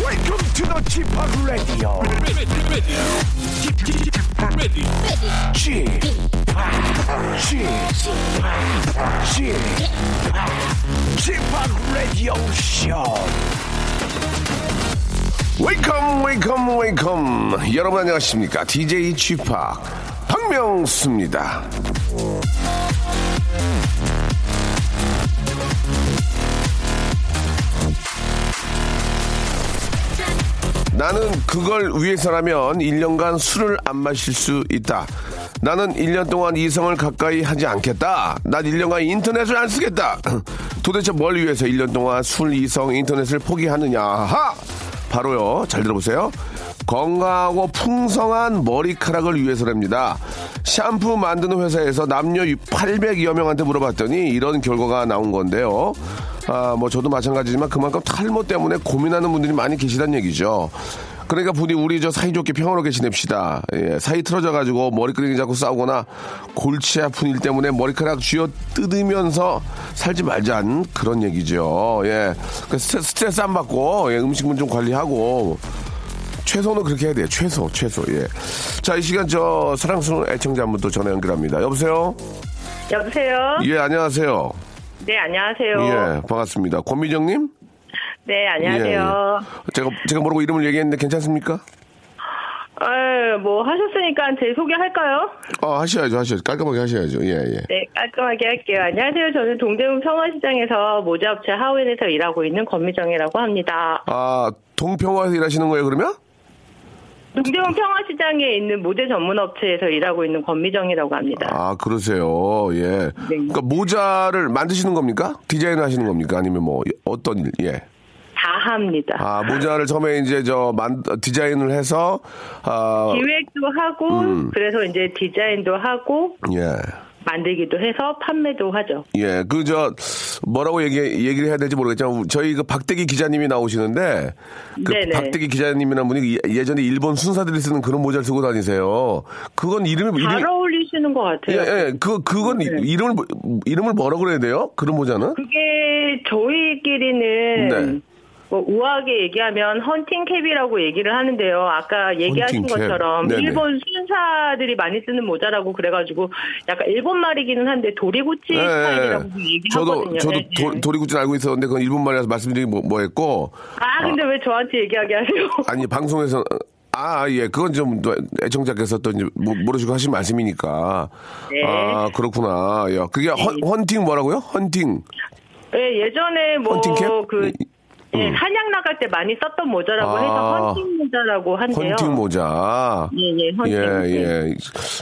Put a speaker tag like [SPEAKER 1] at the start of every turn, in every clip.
[SPEAKER 1] Welcome to the Chip Radio. Chip Chip Radio Show.
[SPEAKER 2] 웨이컴 웨이컴 웨이컴 여러분 안녕하십니까 DJ 취팍 박명수입니다 나는 그걸 위해서라면 1년간 술을 안 마실 수 있다 나는 1년 동안 이성을 가까이 하지 않겠다 난 1년간 인터넷을 안 쓰겠다 도대체 뭘 위해서 1년 동안 술, 이성, 인터넷을 포기하느냐 하! 바로요. 잘 들어보세요. 건강하고 풍성한 머리카락을 위해서랍니다. 샴푸 만드는 회사에서 남녀 800여 명한테 물어봤더니 이런 결과가 나온 건데요. 아, 뭐 저도 마찬가지지만 그만큼 탈모 때문에 고민하는 분들이 많이 계시다는 얘기죠. 그러니까 부디 우리 저 사이좋게 평화롭게 지냅시다. 예, 사이 틀어져가지고 머리끄댕이 잡고 싸우거나 골치 아픈 일 때문에 머리카락 쥐어 뜯으면서 살지 말자는 그런 얘기죠. 예, 그 스트레- 스트레스 안 받고 예, 음식물 좀 관리하고 최소는 그렇게 해야 돼요. 최소, 최소. 예. 자, 이 시간 저 사랑스러운 애청자 한 분 또 전화 연결합니다. 여보세요.
[SPEAKER 3] 여보세요?
[SPEAKER 2] 예, 안녕하세요.
[SPEAKER 3] 어? 네, 안녕하세요.
[SPEAKER 2] 예, 반갑습니다. 권미정님.
[SPEAKER 3] 네,
[SPEAKER 2] 예,
[SPEAKER 3] 안녕하세요.
[SPEAKER 2] 예. 제가 제가 모르고 이름을 얘기했는데 괜찮습니까?
[SPEAKER 3] 아, 뭐 하셨으니까 제 소개할까요?
[SPEAKER 2] 아, 하셔야죠, 하셔야죠. 깔끔하게 하셔야죠. 예, 예.
[SPEAKER 3] 네, 깔끔하게 할게요. 안녕하세요. 저는 동대문 평화시장에서 모자업체 하우엔에서 일하고 있는 권미정이라고 합니다.
[SPEAKER 2] 아, 동평화에서 일하시는 거예요, 그러면?
[SPEAKER 3] 동대문 평화시장에 있는 모자 전문업체에서 일하고 있는 권미정이라고 합니다.
[SPEAKER 2] 아, 그러세요.
[SPEAKER 3] 네.
[SPEAKER 2] 예. 그러니까 모자를 만드시는 겁니까? 디자인 하시는 겁니까? 아니면 뭐 어떤 일? 예.
[SPEAKER 3] 다 합니다.
[SPEAKER 2] 아, 모자를 처음에 이제 저 만, 디자인을 해서 아,
[SPEAKER 3] 기획도 하고
[SPEAKER 2] 음.
[SPEAKER 3] 그래서 이제 디자인도 하고
[SPEAKER 2] 예.
[SPEAKER 3] 만들기도 해서 판매도 하죠.
[SPEAKER 2] 예, 그 저 뭐라고 얘기 얘기를 해야 될지 모르겠지만 우- 저희 그 박대기 기자님이 나오시는데 그
[SPEAKER 3] 네네.
[SPEAKER 2] 박대기 기자님이란 분이 예- 예전에 일본 순사들이 쓰는 그런 모자를 쓰고 다니세요. 그건 이름이
[SPEAKER 3] 잘
[SPEAKER 2] 이름이-
[SPEAKER 3] 어울리시는 것
[SPEAKER 2] 예,
[SPEAKER 3] 같아요.
[SPEAKER 2] 예, 그 그건 이- 이름을 뭐- 이름을 뭐라고 그래야 돼요? 그런 모자는?
[SPEAKER 3] 네. 그게 저희끼리는
[SPEAKER 2] 네.
[SPEAKER 3] 뭐 우아하게 얘기하면 헌팅캡이라고 얘기를 하는데요. 아까 얘기하신
[SPEAKER 2] 헌팅캡.
[SPEAKER 3] 것처럼
[SPEAKER 2] 네네.
[SPEAKER 3] 일본 순사들이 많이 쓰는 모자라고 그래가지고 약간 일본 말이기는 한데 도리구치
[SPEAKER 2] 예,
[SPEAKER 3] 그 스타일이라고
[SPEAKER 2] 예.
[SPEAKER 3] 얘기하거든요.
[SPEAKER 2] 저도 저도
[SPEAKER 3] 네, 네.
[SPEAKER 2] 도, 도리구진 알고 있었는데 그건 일본 말이라서 말씀드리기 뭐, 뭐했고
[SPEAKER 3] 아 근데 왜 저한테 얘기하게 하세요?
[SPEAKER 2] 아니 방송에서 아, 아, 예, 그건 좀또 애청자께서 또 이제 모- 모르시고 하신 말씀이니까.
[SPEAKER 3] 네.
[SPEAKER 2] 아, 그렇구나. 야, 그게 헌, 헌팅 뭐라고요? 헌팅.
[SPEAKER 3] 예, 예전에
[SPEAKER 2] 헌팅캡?
[SPEAKER 3] 뭐그 예,
[SPEAKER 2] 음.
[SPEAKER 3] 사냥 나갈 때 많이 썼던 모자라고
[SPEAKER 2] 아.
[SPEAKER 3] 해서 헌팅 모자라고 한대요.
[SPEAKER 2] 헌팅 모자.
[SPEAKER 3] 예, 예, 헌팅.
[SPEAKER 2] 예, 예.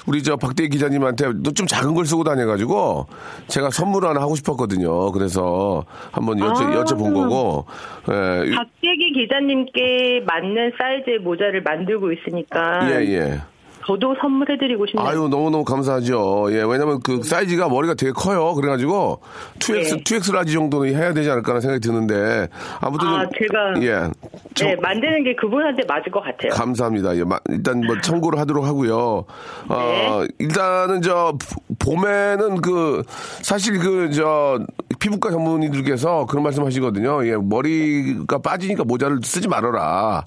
[SPEAKER 2] 우리 저 박대희 기자님한테 또 좀 작은 걸 쓰고 다녀가지고 제가 선물 하나 하고 싶었거든요. 그래서 한번 여쭤,
[SPEAKER 3] 아.
[SPEAKER 2] 여쭤본 거고. 예, 이-
[SPEAKER 3] 박재기 기자님께 맞는 사이즈의 모자를 만들고 있으니까
[SPEAKER 2] 예, 예.
[SPEAKER 3] 저도 선물해드리고 싶네요. 음.
[SPEAKER 2] 아유 너무너무 감사하죠. 예, 왜냐면 그 사이즈가 머리가 되게 커요. 그래가지고 2x
[SPEAKER 3] 네.
[SPEAKER 2] 2x 라지 정도는 해야 되지 않을까라는 생각이 드는데 아무튼
[SPEAKER 3] 아,
[SPEAKER 2] 좀-
[SPEAKER 3] 제가-
[SPEAKER 2] 예 저-
[SPEAKER 3] 네, 만드는 게 그분한테 맞을 것 같아요.
[SPEAKER 2] 감사합니다. 예, 마- 일단 뭐 참고를 하도록 하고요. 어,
[SPEAKER 3] 아. 네.
[SPEAKER 2] 일단은 저 봄에는 그 사실 그 저 피부과 전문의들께서 그런 말씀하시거든요. 예, 머리가 빠지니까 모자를 쓰지 말아라.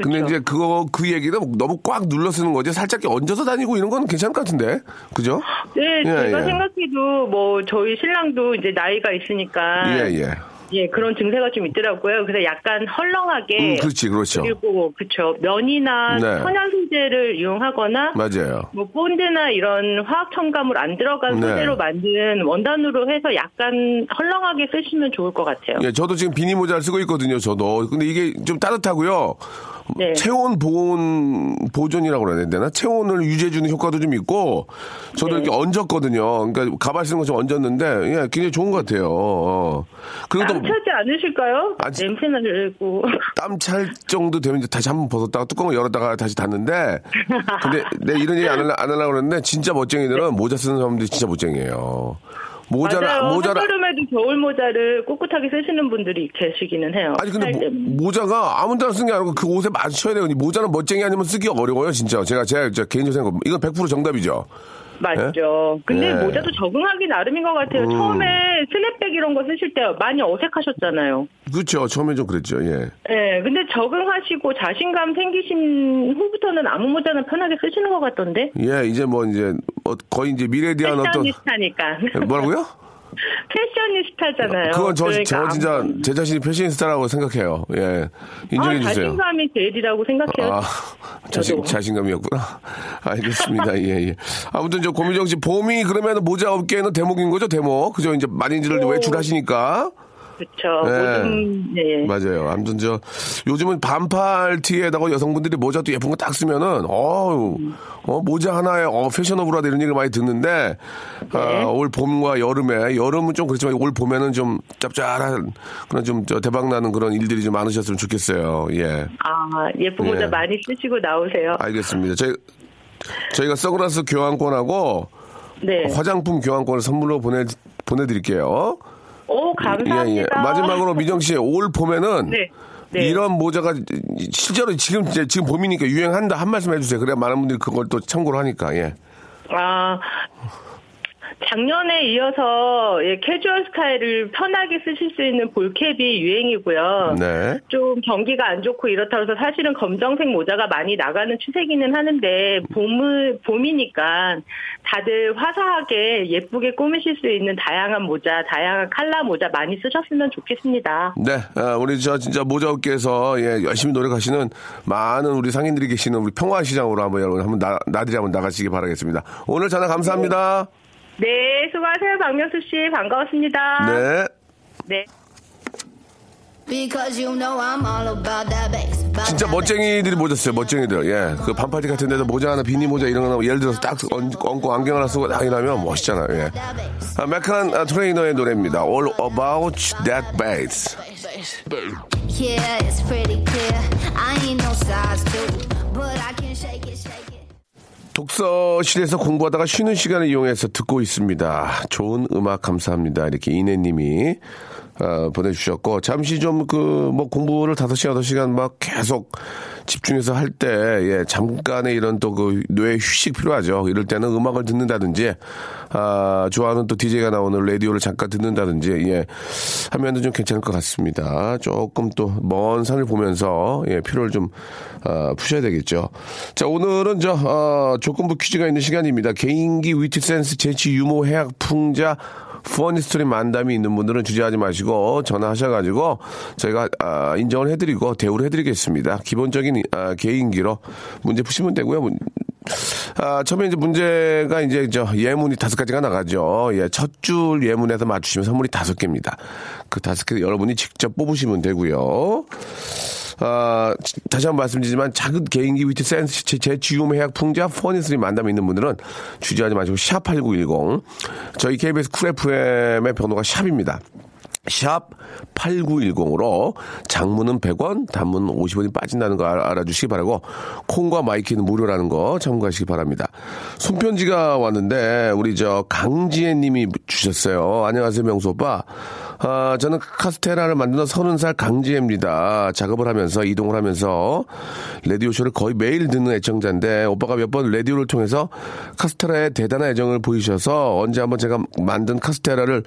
[SPEAKER 2] 근데
[SPEAKER 3] 그렇죠.
[SPEAKER 2] 이제 그거 그 얘기는 너무 꽉 눌러 쓰는 거지 살짝 이렇게 얹어서 다니고 이런 건 괜찮을 것 같은데 그죠?
[SPEAKER 3] 네,
[SPEAKER 2] 예,
[SPEAKER 3] 제가
[SPEAKER 2] 예.
[SPEAKER 3] 생각해도 뭐 저희 신랑도 이제 나이가 있으니까
[SPEAKER 2] 예 예.
[SPEAKER 3] 예, 그런 증세가 좀 있더라고요. 그래서 약간 헐렁하게
[SPEAKER 2] 음, 그렇지 그렇죠.
[SPEAKER 3] 예. 그리고 그쵸 면이나
[SPEAKER 2] 네.
[SPEAKER 3] 천연 소재를 이용하거나
[SPEAKER 2] 맞아요.
[SPEAKER 3] 뭐 본드나 이런 화학 첨가물 안 들어간
[SPEAKER 2] 네.
[SPEAKER 3] 소재로 만든 원단으로 해서 약간 헐렁하게 쓰시면 좋을 것 같아요.
[SPEAKER 2] 예, 저도 지금 비니 모자를 쓰고 있거든요, 저도. 근데 이게 좀 따뜻하고요.
[SPEAKER 3] 네.
[SPEAKER 2] 체온 보온 보존이라고 그래야 되나? 체온을 유지해주는 효과도 좀 있고 저도
[SPEAKER 3] 네.
[SPEAKER 2] 이렇게 얹었거든요. 그러니까 가발 쓰는 것처럼 얹었는데 예, 굉장히 좋은 것 같아요. 어. 그리고
[SPEAKER 3] 땀
[SPEAKER 2] 또
[SPEAKER 3] 차지 않으실까요?
[SPEAKER 2] 아, 지-
[SPEAKER 3] 냄새 나고.
[SPEAKER 2] 땀 찰 정도 되면 이제 다시 한번 벗었다가 뚜껑을 열었다가 다시 닫는데 근데 내 이런 얘기 안 하려 안 하려고 그랬는데 진짜 멋쟁이들은 모자 쓰는 사람들이 진짜 멋쟁이에요. 모자를
[SPEAKER 3] 맞아요.
[SPEAKER 2] 모자를
[SPEAKER 3] 한여름에도 겨울 모자를 꿋꿋하게 쓰시는 분들이 계시기는 해요. 네,
[SPEAKER 2] 아니 근데 뭐,
[SPEAKER 3] 살 때문에.
[SPEAKER 2] 모, 자가 아무 데나 쓰는 게 아니고 그 옷에 맞춰야 돼요. 모자는 멋쟁이 아니면 쓰기 어려워요, 진짜. 제가 제가 제 개인적 생각. 이건 100% 정답이죠.
[SPEAKER 3] 맞죠. 근데
[SPEAKER 2] 예.
[SPEAKER 3] 모자도 적응하기 나름인 것 같아요. 처음에 스냅백 이런 거 쓰실 때 많이 어색하셨잖아요.
[SPEAKER 2] 그렇죠. 처음에 좀 그랬죠. 예.
[SPEAKER 3] 예, 근데 적응하시고 자신감 생기신 후부터는 아무 모자나 편하게 쓰시는 것 같던데?
[SPEAKER 2] 예, 이제 뭐 이제 뭐 거의 이제 미래에 대한 어떤
[SPEAKER 3] 네. 패셔니스타니까.
[SPEAKER 2] 뭐라고요?
[SPEAKER 3] 패셔니스타잖아요.
[SPEAKER 2] 그건 저,
[SPEAKER 3] 그러니까
[SPEAKER 2] 저 진짜
[SPEAKER 3] 아무-
[SPEAKER 2] 제 자신이 패션스타라고 생각해요. 예. 인정해
[SPEAKER 3] 아,
[SPEAKER 2] 주세요.
[SPEAKER 3] 자신감이 제일이라고 생각해요.
[SPEAKER 2] 아, 자신,
[SPEAKER 3] 저도.
[SPEAKER 2] 자신감이었구나. 알겠습니다. 예, 예. 아무튼 저 고미정 씨, 봄이 그러면 모자 업계에는 대목인 거죠? 대목. 그죠? 이제
[SPEAKER 3] 네.
[SPEAKER 2] 많이들 외출하시니까.
[SPEAKER 3] 그렇죠.
[SPEAKER 2] 예.
[SPEAKER 3] 모든 예.
[SPEAKER 2] 맞아요. 아무튼 저 요즘은 반팔 티에다가 여성분들이 모자도 예쁜 거 딱 쓰면은 어우 어, 모자 하나에 어 패셔너블하다 이런 얘기를 많이 듣는데 아, 올 봄과 여름에 여름은 좀 그렇지만 올 봄에는 좀 짭짤한 그런 좀저 대박 나는 그런 일들이 좀 많으셨으면 좋겠어요. 예.
[SPEAKER 3] 아, 예쁜
[SPEAKER 2] 예. 아,
[SPEAKER 3] 모자 많이 쓰시고 나오세요.
[SPEAKER 2] 알겠습니다. 저희 저희가 선글라스 교환권하고
[SPEAKER 3] 네.
[SPEAKER 2] 화장품 교환권을 선물로 보내 보내드릴게요.
[SPEAKER 3] 오, 감사합니다.
[SPEAKER 2] 예, 예. 마지막으로 미정 씨, 올 봄에는
[SPEAKER 3] 네. 네.
[SPEAKER 2] 이런 모자가 실제로 지금 이제 지금 봄이니까 유행한다 한 말씀 해주세요. 그래야 많은 분들이 그걸 또 참고를 하니까 예.
[SPEAKER 3] 아, 작년에 이어서 예, 캐주얼 스타일을 편하게 쓰실 수 있는 볼캡이 유행이고요.
[SPEAKER 2] 네.
[SPEAKER 3] 좀 경기가 안 좋고 이렇다 해서 사실은 검정색 모자가 많이 나가는 추세기는 하는데 봄을 봄이니까 다들 화사하게 예쁘게 꾸미실 수 있는 다양한 모자, 다양한 컬러 모자 많이 쓰셨으면 좋겠습니다.
[SPEAKER 2] 네, 아, 우리 저 진짜 모자업계에서 예, 열심히 노력하시는 많은 우리 상인들이 계시는 우리 평화시장으로 한번 여러분 한번 나, 나들이 한번 나가시기 바라겠습니다. 오늘 전화 감사합니다.
[SPEAKER 3] 네, 수고하세요, 박명수 씨. 반가웠습니다.
[SPEAKER 2] 네.
[SPEAKER 3] 네.
[SPEAKER 4] Because you know I'm all about that bass. about
[SPEAKER 2] 진짜
[SPEAKER 4] that bass.
[SPEAKER 2] 멋쟁이들이 모자어요 멋쟁이들. 예. 그 반팔티 같은 데도 모자 하나, 비니 모자 이런 거 하나 뭐 예를 들어서 딱 얹- 얹고 안경 하나 쓰고 딱 이러면 멋있잖아요. 예.
[SPEAKER 4] That bass.
[SPEAKER 2] 아, 메칸 아, 트레이너의 노래입니다. All About That Bass.
[SPEAKER 4] Yeah, it's pretty clear. I ain't no size two, but I can shake it, shake it.
[SPEAKER 2] 독서실에서 공부하다가 쉬는 시간을 이용해서 듣고 있습니다. 좋은 음악 감사합니다. 이렇게 이내님이 어, 보내주셨고 잠시 좀 그 뭐 공부를 5시간 8시간 막 계속 집중해서 할 때 예, 잠깐의 이런 또 그 뇌 휴식 필요하죠. 이럴 때는 음악을 듣는다든지 아, 좋아하는 또 DJ가 나오는 라디오를 잠깐 듣는다든지 예, 하면은 좀 괜찮을 것 같습니다. 조금 또 먼 산을 보면서 예, 피로를 좀 어, 푸셔야 되겠죠. 자 오늘은 저 어, 조건부 퀴즈가 있는 시간입니다. 개인기 위트 센스 재치 유머 해학 풍자 퍼니스토리 만담이 있는 분들은 주저하지 마시고 전화하셔가지고 저희가 아, 인정을 해드리고 대우를 해드리겠습니다. 기본적인 아, 개인기로 문제 푸시면 되고요. 문- 아, 처음에 이제 문제가 이제 저 예문이 다섯 가지가 나가죠. 예, 첫 줄 예문에서 맞추시면 선물이 다섯 개입니다. 그 다섯 개 여러분이 직접 뽑으시면 되고요. 아, 지- 다시 한 번 말씀드리지만 작은 개인기 위트 센스 제- 재취움 해약 풍자 퍼니스리 만담이 있는 분들은 주저하지 마시고 샵 8910 저희 KBS 쿨 FM의 번호가 샵입니다. 샵 8910으로 장문은 100원, 단문 50원이 빠진다는 거 알- 알아주시기 바라고 콩과 마이키는 무료라는 거 참고하시기 바랍니다. 손편지가 왔는데 우리 저 강지혜 님이 주셨어요. 안녕하세요 명수 오빠. 아, 저는 카스테라를 만드는 30살 강지혜입니다. 작업을 하면서 이동을 하면서 라디오 쇼를 거의 매일 듣는 애청자인데 오빠가 몇 번 라디오를 통해서 카스테라에 대단한 애정을 보이셔서 언제 한번 제가 만든 카스테라를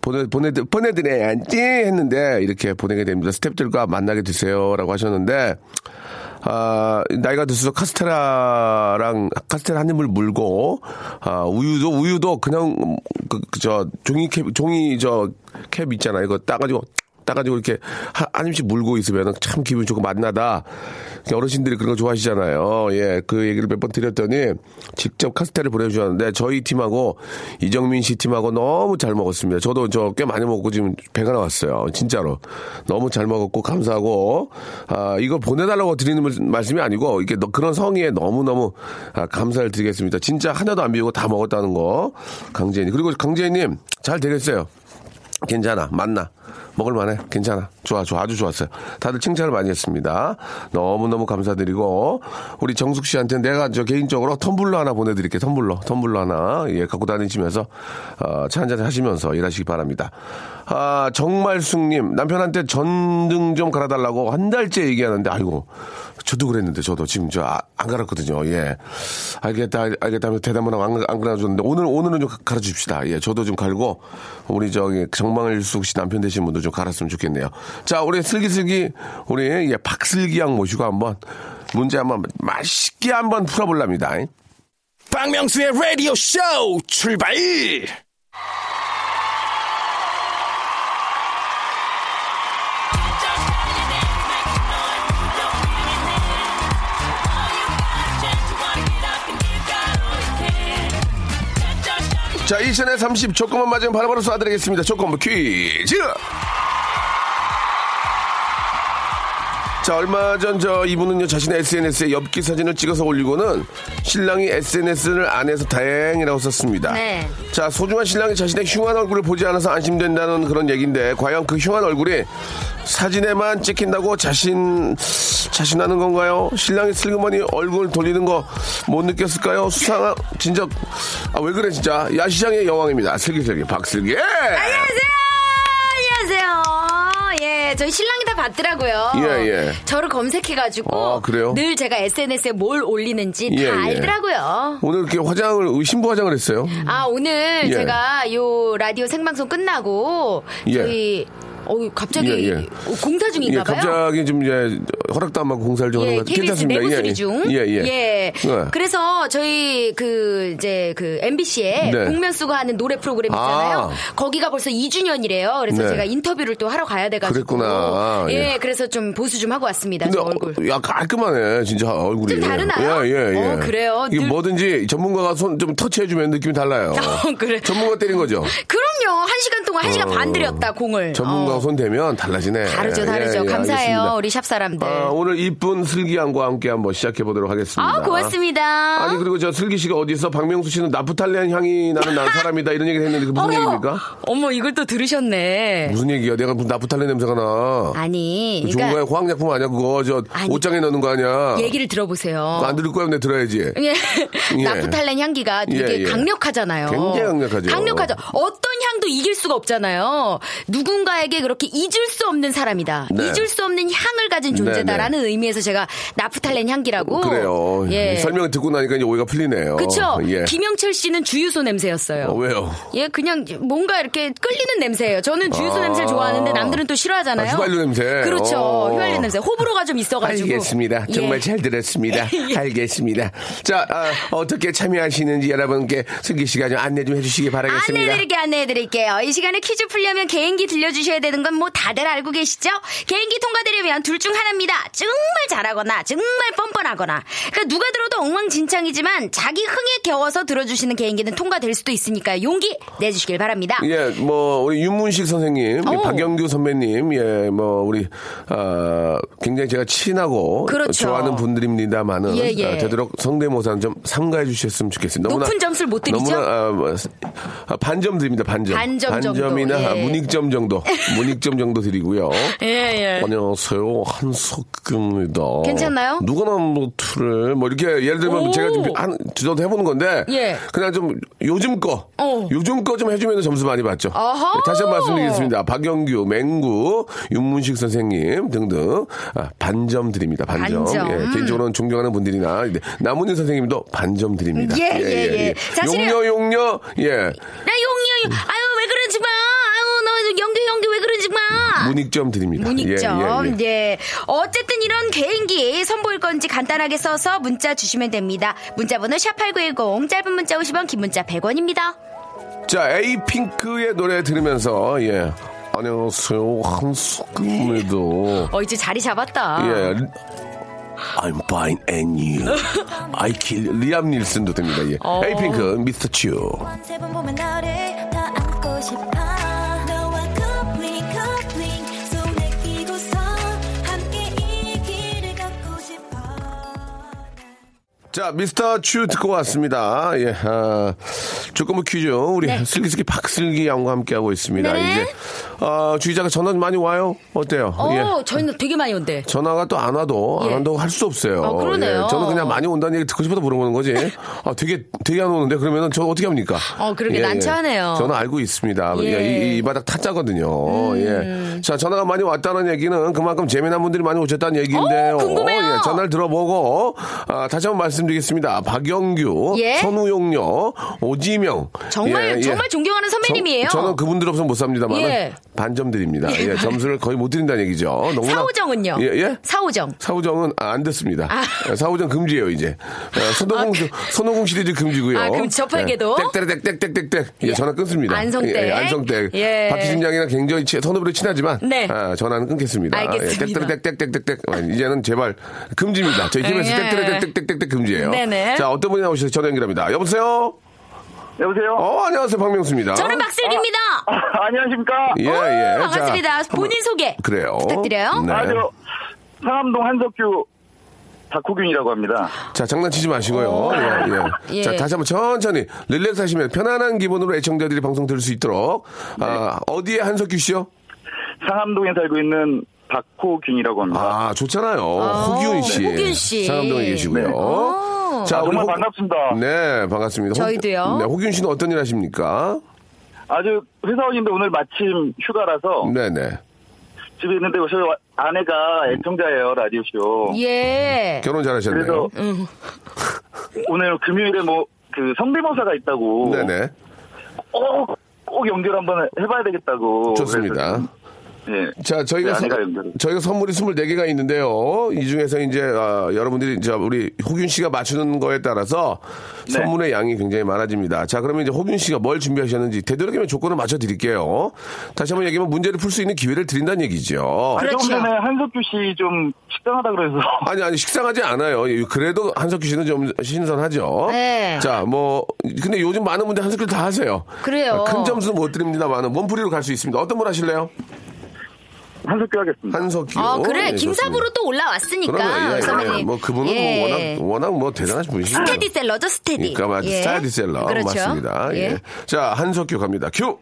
[SPEAKER 2] 보내 보내 보내드려야지 했는데 이렇게 보내게 됩니다. 스탭들과 만나게 되세요라고 하셨는데 아, 나이가 들수록 카스테라랑 카스테라 한 입을 물고 아, 우유도 우유도 그냥 그, 그, 저 종이 캡 종이 저 캡 있잖아 이거 따가지고 따가지고 이렇게 한, 한임씩 물고 있으면 참 기분 좋고 맛나다. 이렇게 어르신들이 그런 거 좋아하시잖아요. 예, 그 얘기를 몇 번 드렸더니 직접 카스테를 보내주셨는데 저희 팀하고 이정민 씨 팀하고 너무 잘 먹었습니다. 저도 저 꽤 많이 먹고 지금 배가 나왔어요. 진짜로. 너무 잘 먹었고 감사하고 아, 이걸 보내달라고 드리는 말- 말씀이 아니고 이게 너- 그런 성의에 너무너무 아, 감사를 드리겠습니다. 진짜 하나도 안 비우고 다 먹었다는 거. 강재님. 그리고 강재님 잘 되겠어요. 괜찮아. 맞나? 먹을만해. 괜찮아. 좋아, 좋아. 아주 좋았어요. 다들 칭찬을 많이 했습니다. 너무너무 감사드리고, 우리 정숙 씨한테 내가 저 개인적으로 텀블러 하나 보내드릴게요. 텀블러. 텀블러 하나. 예, 갖고 다니시면서, 어, 차 한잔 하시면서 일하시기 바랍니다. 아, 정말숙님. 남편한테 전등 좀 갈아달라고 한 달째 얘기하는데, 아이고. 저도 그랬는데, 저도 지금 저, 아- 안 갈았거든요. 예. 알겠다, 알겠다 하면서 대답만 하고 안, 가- 안 갈아줬는데, 오늘, 오늘은 좀 갈아 줍시다. 예, 저도 좀 갈고, 우리 저기 정망일숙 씨 남편 되신 분도 좀 갈았으면 좋겠네요. 자, 우리 슬기슬기, 우리, 예, 박슬기 양 모시고 한번, 문제 한번 맛있게 한번 풀어볼랍니다.
[SPEAKER 1] 박명수의 라디오 쇼 출발!
[SPEAKER 2] 자, 2천에 30 조건만 맞으면 바로바로 쏴드리겠습니다. 조건부 퀴즈! 자, 얼마 전 저 이분은요, 자신의 SNS에 엽기 사진을 찍어서 올리고는 신랑이 SNS를 안 해서 다행이라고 썼습니다.
[SPEAKER 4] 네.
[SPEAKER 2] 자, 소중한 신랑이 자신의 흉한 얼굴을 보지 않아서 안심된다는 그런 얘기인데, 과연 그 흉한 얼굴이 사진에만 찍힌다고 자신, 자신하는 건가요? 신랑이 슬그머니 얼굴 돌리는 거 못 느꼈을까요? 수상한, 진짜, 아, 왜 그래, 진짜. 야시장의 여왕입니다. 슬기슬기, 박슬기. 예!
[SPEAKER 5] 안녕하세요. 안녕하세요. 예, 저희 신랑이 다 봤더라고요.
[SPEAKER 2] 예, 예.
[SPEAKER 5] 저를 검색해가지고
[SPEAKER 2] 아, 그래요?
[SPEAKER 5] 늘 제가 SNS에 뭘 올리는지
[SPEAKER 2] 예, 예.
[SPEAKER 5] 다 알더라고요.
[SPEAKER 2] 오늘 이렇게 화장을, 신부 화장을 했어요.
[SPEAKER 5] 아 오늘
[SPEAKER 2] 예.
[SPEAKER 5] 제가 요 라디오 생방송 끝나고
[SPEAKER 2] 예.
[SPEAKER 5] 저희 어우
[SPEAKER 2] 예,
[SPEAKER 5] 갑자기
[SPEAKER 2] 예.
[SPEAKER 5] 어, 공사
[SPEAKER 2] 예,
[SPEAKER 5] 중인가봐요.
[SPEAKER 2] 갑자기 좀 이제 허락도 안 받고 공사를 좀 하는
[SPEAKER 5] 예,
[SPEAKER 2] 거
[SPEAKER 5] KBS
[SPEAKER 2] 괜찮습니다.
[SPEAKER 5] 내부
[SPEAKER 2] 예,
[SPEAKER 5] 수리
[SPEAKER 2] 예.
[SPEAKER 5] 중.
[SPEAKER 2] 예, 예. 네.
[SPEAKER 5] 예. 그래서 저희 그 이제 그 MBC에
[SPEAKER 2] 네.
[SPEAKER 5] 복면 쓰고 하는 노래 프로그램 있잖아요.
[SPEAKER 2] 아.
[SPEAKER 5] 거기가 벌써 2주년이래요. 그래서
[SPEAKER 2] 네.
[SPEAKER 5] 제가 인터뷰를 또 하러 가야 돼가지고.
[SPEAKER 2] 그랬구나. 아,
[SPEAKER 5] 예.
[SPEAKER 2] 예.
[SPEAKER 5] 그래서 좀 보수 좀 하고 왔습니다.
[SPEAKER 2] 근데
[SPEAKER 5] 저
[SPEAKER 2] 어,
[SPEAKER 5] 얼굴.
[SPEAKER 2] 야 깔끔하네 진짜 얼굴이
[SPEAKER 5] 좀 다르나요?
[SPEAKER 2] 예, 예, 예.
[SPEAKER 5] 어, 그래요?
[SPEAKER 2] 이게
[SPEAKER 5] 늘-
[SPEAKER 2] 뭐든지 전문가가 손 좀 터치해주면 느낌이 달라요.
[SPEAKER 5] 어, 그래. 어.
[SPEAKER 2] 전문가 때린 거죠.
[SPEAKER 5] 그럼요. 한 시간 동안 한 시간 반 들였다 공을.
[SPEAKER 2] 전문가
[SPEAKER 5] 어.
[SPEAKER 2] 손 대면 달라지네.
[SPEAKER 5] 다르죠,
[SPEAKER 2] 예,
[SPEAKER 5] 다르죠.
[SPEAKER 2] 예,
[SPEAKER 5] 감사해요,
[SPEAKER 2] 알겠습니다.
[SPEAKER 5] 우리 샵 사람들.
[SPEAKER 2] 아, 오늘 이쁜 슬기 양과 함께 한번 시작해 보도록 하겠습니다.
[SPEAKER 5] 아, 고맙습니다.
[SPEAKER 2] 아니 그리고 저 슬기 씨가 어디서 박명수 씨는 나프탈렌 향이 나는 난 사람이다 이런 얘기를 했는데 그 무슨 얘기입니까?
[SPEAKER 5] 어머, 이걸 또 들으셨네.
[SPEAKER 2] 무슨 얘기야? 내가 무슨 나프탈렌 냄새가 나?
[SPEAKER 5] 아니,
[SPEAKER 2] 어. 좋은
[SPEAKER 5] 그러니까
[SPEAKER 2] 거야? 화학약품 아니야? 그거 저
[SPEAKER 5] 아니.
[SPEAKER 2] 옷장에 넣는 거 아니야?
[SPEAKER 5] 얘기를 들어보세요.
[SPEAKER 2] 그거 안 들을 거야? 근데 들어야지.
[SPEAKER 5] 예.
[SPEAKER 2] 예.
[SPEAKER 5] 나프탈렌 향기가 되게
[SPEAKER 2] 예, 예.
[SPEAKER 5] 강력하잖아요.
[SPEAKER 2] 굉장히 강력하죠.
[SPEAKER 5] 강력하죠. 어떤 향도 이길 수가 없잖아요. 누군가에게 그렇게 잊을 수 없는 사람이다.
[SPEAKER 2] 네.
[SPEAKER 5] 잊을 수 없는 향을 가진
[SPEAKER 2] 네, 네.
[SPEAKER 5] 존재다라는 의미에서 제가 나프탈렌 향기라고.
[SPEAKER 2] 그래요.
[SPEAKER 5] 예.
[SPEAKER 2] 설명을 듣고 나니까 이제 오해가 풀리네요.
[SPEAKER 5] 그쵸.
[SPEAKER 2] 예.
[SPEAKER 5] 김영철 씨는 주유소 냄새였어요.
[SPEAKER 2] 어, 왜요?
[SPEAKER 5] 예, 그냥 뭔가 이렇게 끌리는 냄새예요. 저는 주유소
[SPEAKER 2] 아.
[SPEAKER 5] 냄새를 좋아하는데 남들은 또 싫어하잖아요.
[SPEAKER 2] 아, 휘발유 냄새.
[SPEAKER 5] 그렇죠.
[SPEAKER 2] 어.
[SPEAKER 5] 휘발유 냄새. 호불호가 좀 있어가지고.
[SPEAKER 2] 알겠습니다.
[SPEAKER 5] 예.
[SPEAKER 2] 정말 잘 들었습니다. 알겠습니다. 자, 아, 어떻게 참여하시는지 여러분께 슬기 씨가 좀 안내 좀 해주시기 바라겠습니다.
[SPEAKER 5] 안내해드릴게요, 안내해드릴게요. 이 시간에 퀴즈 풀려면 개인기 들려주셔야 되는 건 뭐 다들 알고 계시죠? 개인기 통과되려면 둘 중 하나입니다. 정말 잘하거나, 정말 뻔뻔하거나. 그러니까 누가 들어도 엉망진창이지만 자기 흥에 겨워서 들어주시는 개인기는 통과될 수도 있으니까 용기 내주시길 바랍니다.
[SPEAKER 2] 예, 뭐 우리 윤문식 선생님, 예,
[SPEAKER 5] 오.
[SPEAKER 2] 박영규 선배님, 예, 뭐 우리 아, 굉장히 제가 친하고
[SPEAKER 5] 그렇죠.
[SPEAKER 2] 좋아하는 분들입니다만은
[SPEAKER 5] 예, 예.
[SPEAKER 2] 아, 되도록 성대모사는 좀 삼가해 주셨으면 좋겠습니다.
[SPEAKER 5] 높은 점수를 못 드리죠?
[SPEAKER 2] 너무나 아, 뭐, 아, 반점 드립니다. 반점.
[SPEAKER 5] 반점 정도,
[SPEAKER 2] 이나
[SPEAKER 5] 예.
[SPEAKER 2] 문익점 정도, 문익점 정도 드리고요.
[SPEAKER 5] 예, 예.
[SPEAKER 2] 안녕하세요 한석규입니다.
[SPEAKER 5] 괜찮나요?
[SPEAKER 2] 누구나 뭐 틀을 뭐 이렇게 예를 들면
[SPEAKER 5] 오.
[SPEAKER 2] 제가 좀한 저도 해보는 건데
[SPEAKER 5] 예.
[SPEAKER 2] 그냥 좀 요즘 거
[SPEAKER 5] 어.
[SPEAKER 2] 요즘 거 좀 해주면 점수 많이 받죠.
[SPEAKER 5] 어허.
[SPEAKER 2] 네, 다시 한 번 말씀드리겠습니다. 박영규, 맹구, 윤문식 선생님 등등 아, 반점 드립니다. 반점.
[SPEAKER 5] 반점.
[SPEAKER 2] 예, 개인적으로는 존경하는 분들이나 이제 남은희 선생님도 반점 드립니다.
[SPEAKER 5] 예, 예, 예. 사실은-
[SPEAKER 2] 용녀 용녀 예
[SPEAKER 5] 나 용이, 아유, 왜 그러지 마! 아유, 너 연기, 연기, 왜 그러지 마!
[SPEAKER 2] 문익점 드립니다.
[SPEAKER 5] 아. 문익점.
[SPEAKER 2] 예,
[SPEAKER 5] 예,
[SPEAKER 2] 예, 예.
[SPEAKER 5] 어쨌든 이런 개인기 선보일 건지 간단하게 써서 문자 주시면 됩니다. 문자 번호 샵8910 짧은 문자 50원 긴 문자 100원입니다.
[SPEAKER 2] 자 에이핑크의 노래 들으면서 예. 안녕하세요. 한수금에도.
[SPEAKER 5] 어 이제 자리 잡았다.
[SPEAKER 2] 예.
[SPEAKER 5] 아.
[SPEAKER 2] I'm fine and you. I kill. 리암 닐슨도 됩니다. 예.
[SPEAKER 5] 어.
[SPEAKER 2] 에이핑크, 미스터 츄.
[SPEAKER 6] 세번 보면 너를 더 안고 싶어 너와 coupling coupling 손에 끼고서 함께 이 길을 걷고 싶어
[SPEAKER 2] 자, 미스터 츄 듣고 왔습니다. 예, 아, 조금은 퀴즈. 우리 슬기슬기 박슬기 양과 함께하고 있습니다.
[SPEAKER 5] 네.
[SPEAKER 2] 이제, 아, 주의자가 전화 많이 와요? 어때요?
[SPEAKER 5] 어
[SPEAKER 2] 예.
[SPEAKER 5] 저희는 되게 많이 온대.
[SPEAKER 2] 전화가 또 안 와도 안
[SPEAKER 5] 예.
[SPEAKER 2] 온다고 할 수 없어요. 예,
[SPEAKER 5] 아, 그러네요.
[SPEAKER 2] 저는 그냥 많이 온다는 얘기 듣고 싶어서 물어보는 거지. 아, 되게, 되게 안 오는데 그러면은 저 어떻게 합니까? 예,
[SPEAKER 5] 어, 그러게 난처하네요.
[SPEAKER 2] 저는 알고 있습니다.
[SPEAKER 5] 예. 음.
[SPEAKER 2] 예, 이, 이 바닥 타짜거든요. 예. 자, 전화가 많이 왔다는 얘기는 그만큼 재미난 분들이 많이 오셨다는 얘기인데요.
[SPEAKER 5] 어, 궁금해요.
[SPEAKER 2] 예, 전화를 들어보고, 아, 다시 한번 말씀드리겠습니다. 박영규,
[SPEAKER 5] 예.
[SPEAKER 2] 선우용녀, 오지명.
[SPEAKER 5] 정말
[SPEAKER 2] 예, 예.
[SPEAKER 5] 정말 존경하는 선배님이에요.
[SPEAKER 2] 저, 는 그분들 없으면 못 삽니다만
[SPEAKER 5] 예.
[SPEAKER 2] 반점 드립니다. 예, 점수를 거의 못 드린다는 얘기죠. 너무나-
[SPEAKER 5] 사오정은요?
[SPEAKER 2] 예, 예?
[SPEAKER 5] 사오정.
[SPEAKER 2] 사우정은 아, 안 됐습니다.
[SPEAKER 5] 아.
[SPEAKER 2] 예, 사우정 금지예요 이제. 예, 손오공 손오공 시리즈 금지고요.
[SPEAKER 5] 아, 그럼 저팔계도?
[SPEAKER 2] 땡땡땡땡땡땡. 예,
[SPEAKER 5] 예.
[SPEAKER 2] 전화 끊습니다.
[SPEAKER 5] 안성댁.
[SPEAKER 2] 예, 예, 안성댁.
[SPEAKER 5] 예.
[SPEAKER 2] 박희진 양이랑 굉장히 치, 선후배로 친하지만
[SPEAKER 5] 네.
[SPEAKER 2] 아, 전화는 끊겠습니다.
[SPEAKER 5] 알겠습니다.
[SPEAKER 2] 땡땡땡땡땡땡. 이제는 제발 금지입니다. 저희 팀에서
[SPEAKER 5] 예.
[SPEAKER 2] 땡땡땡땡땡땡 금지예요.
[SPEAKER 5] 네네.
[SPEAKER 2] 자 어떤 분이 나오셔서 전화 연결합니다. 여보세요.
[SPEAKER 7] 여보세요?
[SPEAKER 2] 어 안녕하세요 박명수입니다.
[SPEAKER 5] 저는 박슬기입니다.
[SPEAKER 7] 아, 안녕하십니까?
[SPEAKER 2] 예, 예.
[SPEAKER 5] 오,
[SPEAKER 2] 자,
[SPEAKER 5] 어, 반갑습니다.
[SPEAKER 2] 한번-
[SPEAKER 5] 본인 소개.
[SPEAKER 2] 그래요.
[SPEAKER 5] 부탁드려요.
[SPEAKER 2] 네.
[SPEAKER 7] 아, 저 상암동 한석규 박호균이라고 합니다.
[SPEAKER 2] 자, 장난치지 마시고요. 예, 예.
[SPEAKER 5] 예.
[SPEAKER 2] 자, 다시 한번 천천히 릴렉스 하시면 편안한 기분으로 애청자들이 방송 들을 수 있도록.
[SPEAKER 5] 네.
[SPEAKER 2] 아, 어디에 한석규 씨요?
[SPEAKER 7] 상암동에 살고 있는 박호균이라고 합니다.
[SPEAKER 2] 아, 좋잖아요. 호기훈 씨.
[SPEAKER 5] 호기훈 어. 씨. 네.
[SPEAKER 2] 상암동에 계시고요.
[SPEAKER 5] 오.
[SPEAKER 2] 자,
[SPEAKER 7] 정말
[SPEAKER 2] 호-
[SPEAKER 7] 반갑습니다.
[SPEAKER 2] 네, 반갑습니다. 호-
[SPEAKER 5] 저희도요.
[SPEAKER 2] 네, 호기훈 씨는 어떤 일 하십니까?
[SPEAKER 7] 아주 회사원인데 오늘 마침 휴가라서
[SPEAKER 2] 네, 네.
[SPEAKER 7] 집에 있는데 저희 와- 아내가 애청자예요 라디오 쇼.
[SPEAKER 5] 예.
[SPEAKER 2] 결혼 음. 잘하셨네요. 음.
[SPEAKER 7] 그래서 오늘 금요일에 뭐 그 성대모사가 있다고.
[SPEAKER 2] 네, 네.
[SPEAKER 7] 꼭, 꼭 연결 한번 해봐야 되겠다고.
[SPEAKER 2] 좋습니다.
[SPEAKER 7] 뭐 그래서, 예.
[SPEAKER 2] 자, 저희가,
[SPEAKER 7] 네,
[SPEAKER 2] 선-
[SPEAKER 7] 아내가 연결을.
[SPEAKER 2] 저희가 선물이 24개가 있는데요. 이 중에서 이제, 아, 여러분들이, 저, 우리 호균 씨가 맞추는 거에 따라서
[SPEAKER 7] 네.
[SPEAKER 2] 선물의 양이 굉장히 많아집니다. 자, 그러면 이제 호균 씨가 뭘 준비하셨는지 되도록이면 조건을 맞춰드릴게요. 다시 한번 얘기하면 문제를 풀 수 있는 기회를 드린다는 얘기죠.
[SPEAKER 7] 아,
[SPEAKER 5] 그렇죠.
[SPEAKER 7] 조금 전에 한석규 씨 좀 식상하다 그래서
[SPEAKER 2] 아니, 아니, 식상하지 않아요. 예, 그래도 한석규 씨는 좀 신선하죠.
[SPEAKER 5] 네.
[SPEAKER 2] 자, 뭐, 근데 요즘 많은 분들 한석규 다 하세요.
[SPEAKER 5] 그래요.
[SPEAKER 2] 큰 점수는 못 드립니다만, 몸풀이로 갈 수 있습니다. 어떤 분 하실래요?
[SPEAKER 7] 한석규 하겠습니다.
[SPEAKER 2] 한석규.
[SPEAKER 5] 어,
[SPEAKER 2] 예,
[SPEAKER 5] 그래.
[SPEAKER 2] 좋습니다.
[SPEAKER 5] 김사부로 또 올라왔으니까.
[SPEAKER 2] 그러면, 예, 예.
[SPEAKER 5] 선배님.
[SPEAKER 2] 뭐 그분은
[SPEAKER 5] 예.
[SPEAKER 2] 뭐 워낙 워낙 뭐 대단하신 분이시죠.
[SPEAKER 5] 스테디셀러죠, 스테디.
[SPEAKER 2] 그러니까 막
[SPEAKER 5] 예.
[SPEAKER 2] 스타디셀러
[SPEAKER 5] 그렇죠.
[SPEAKER 2] 맞습니다. 예. 자 한석규 갑니다. 큐.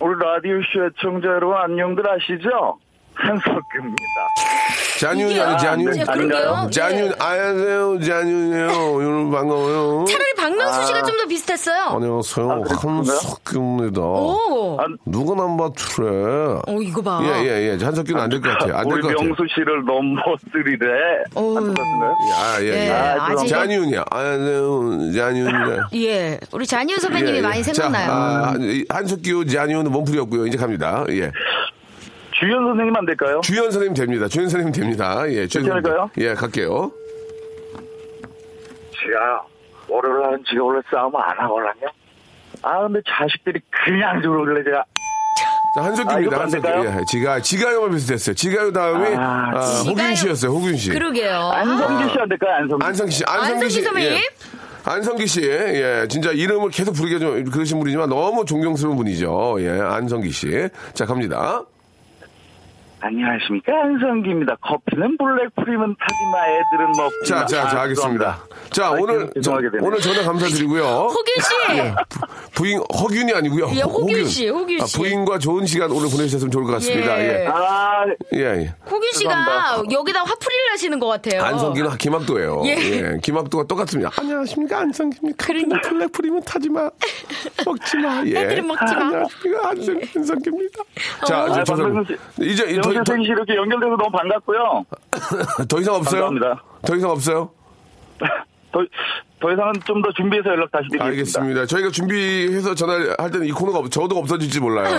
[SPEAKER 7] 오늘 라디오쇼 애청자 여러분 안녕들 아시죠? 한석규입니다.
[SPEAKER 2] 잔윤
[SPEAKER 5] 이게
[SPEAKER 2] 아니 잔윤.
[SPEAKER 5] 진짜
[SPEAKER 2] 잔윤
[SPEAKER 7] 그러게요.
[SPEAKER 2] 잔윤 안녕하세요 잔윤이요. 여러분 반가워요.
[SPEAKER 5] 차라리 박명수
[SPEAKER 2] 아.
[SPEAKER 5] 씨가 좀 더
[SPEAKER 2] 네.
[SPEAKER 5] 비슷했어요.
[SPEAKER 2] 안녕하세요
[SPEAKER 7] 아,
[SPEAKER 2] 한석규입니다.
[SPEAKER 5] 오.
[SPEAKER 2] 누가 남바투래?
[SPEAKER 5] 오, 어, 이거 봐.
[SPEAKER 2] 예예예 한석규는 안 될 것 같아요. 안
[SPEAKER 7] 우리
[SPEAKER 2] 될 것 같아요.
[SPEAKER 7] 명수 씨를 넘버쓰리래.
[SPEAKER 2] 아예
[SPEAKER 5] 예,
[SPEAKER 2] 예.
[SPEAKER 5] 아직-
[SPEAKER 2] 잔윤이야. 안녕하세요 잔윤이요.
[SPEAKER 5] 예, 우리 잔윤 선배님이
[SPEAKER 2] 예, 예.
[SPEAKER 5] 많이 생각나요.
[SPEAKER 2] 자, 아, 이 한석규 잔윤은 몸풀이었고요. 이제 갑니다. 예.
[SPEAKER 7] 주연 선생님 안 될까요?
[SPEAKER 2] 주연 선생님 됩니다. 주연 선생님 됩니다. 예, 주연 선생님.
[SPEAKER 7] 할까요?
[SPEAKER 2] 예, 갈게요.
[SPEAKER 7] 지가 월요일날 지가 원래 싸움 안 하거든요. 아 근데 자식들이 그냥 저러길래 제가
[SPEAKER 2] 자, 한석규입니다.
[SPEAKER 7] 아, 이것도 안 될까요?
[SPEAKER 2] 예, 지가, 지가요만 비슷했어요. 지가요 다음에,
[SPEAKER 7] 아,
[SPEAKER 2] 아,
[SPEAKER 5] 지가요.
[SPEAKER 2] 호균 씨였어요, 호균 씨.
[SPEAKER 5] 그러게요.
[SPEAKER 7] 안성기 씨 안 될까요? 안성기.
[SPEAKER 2] 안성기 씨, 안성기,
[SPEAKER 5] 안성기
[SPEAKER 2] 씨.
[SPEAKER 5] 선배님?
[SPEAKER 2] 예. 안성기 씨, 예, 진짜 이름을 계속 부르게 좀 그러신 분이지만 너무 존경스러운 분이죠. 예, 안성기 씨. 자, 갑니다.
[SPEAKER 7] 안녕하십니까 안성기입니다. 커피는 블랙 프리면 타지마 애들은 먹지
[SPEAKER 2] 자,
[SPEAKER 7] 마.
[SPEAKER 2] 자, 자,
[SPEAKER 7] 아,
[SPEAKER 2] 하겠습니다.
[SPEAKER 7] 죄송합니다.
[SPEAKER 2] 자,
[SPEAKER 7] 아,
[SPEAKER 2] 오늘, 저,
[SPEAKER 7] 죄송하게 되네요.
[SPEAKER 2] 오늘 전화 감사드리고요.
[SPEAKER 5] 호균 씨.
[SPEAKER 2] 예, 부인, 허균이 아니고요.
[SPEAKER 5] 예, 호균 씨, 호균
[SPEAKER 2] 아,
[SPEAKER 5] 씨.
[SPEAKER 2] 부인과 좋은 시간 오늘 보내주셨으면 좋을 것 같습니다.
[SPEAKER 5] 예.
[SPEAKER 2] 예.
[SPEAKER 7] 아
[SPEAKER 2] 예, 예.
[SPEAKER 5] 호균 씨가
[SPEAKER 7] 죄송합니다.
[SPEAKER 5] 여기다 화풀이를 하시는 것 같아요.
[SPEAKER 2] 안성기는 김학도예요.
[SPEAKER 5] 어. 예.
[SPEAKER 2] 예. 김학도가 똑같습니다. 안녕하십니까 안성기입니다. 그러니까 플렉 프리면 타지 마. 먹지 마. 예.
[SPEAKER 5] 애들은 먹지 마. 예. 어.
[SPEAKER 2] 안녕하십니까 안성, 안성기입니다. 자,
[SPEAKER 7] 아,
[SPEAKER 2] 이제 저 사람-
[SPEAKER 7] 박명수 씨.
[SPEAKER 2] 이제 더, 더,
[SPEAKER 7] 명수 선생님 씨 이렇게 연결돼서 너무 반갑고요.
[SPEAKER 2] 더 이상 없어요?
[SPEAKER 7] 감사합니다.
[SPEAKER 2] 더 이상 없어요?
[SPEAKER 7] 더, 더 이상은 좀 더 준비해서 연락 다시 드리겠습니다.
[SPEAKER 2] 알겠습니다. 저희가 준비해서 전화할 때는 이 코너가 없- 저도 없어질지 몰라요.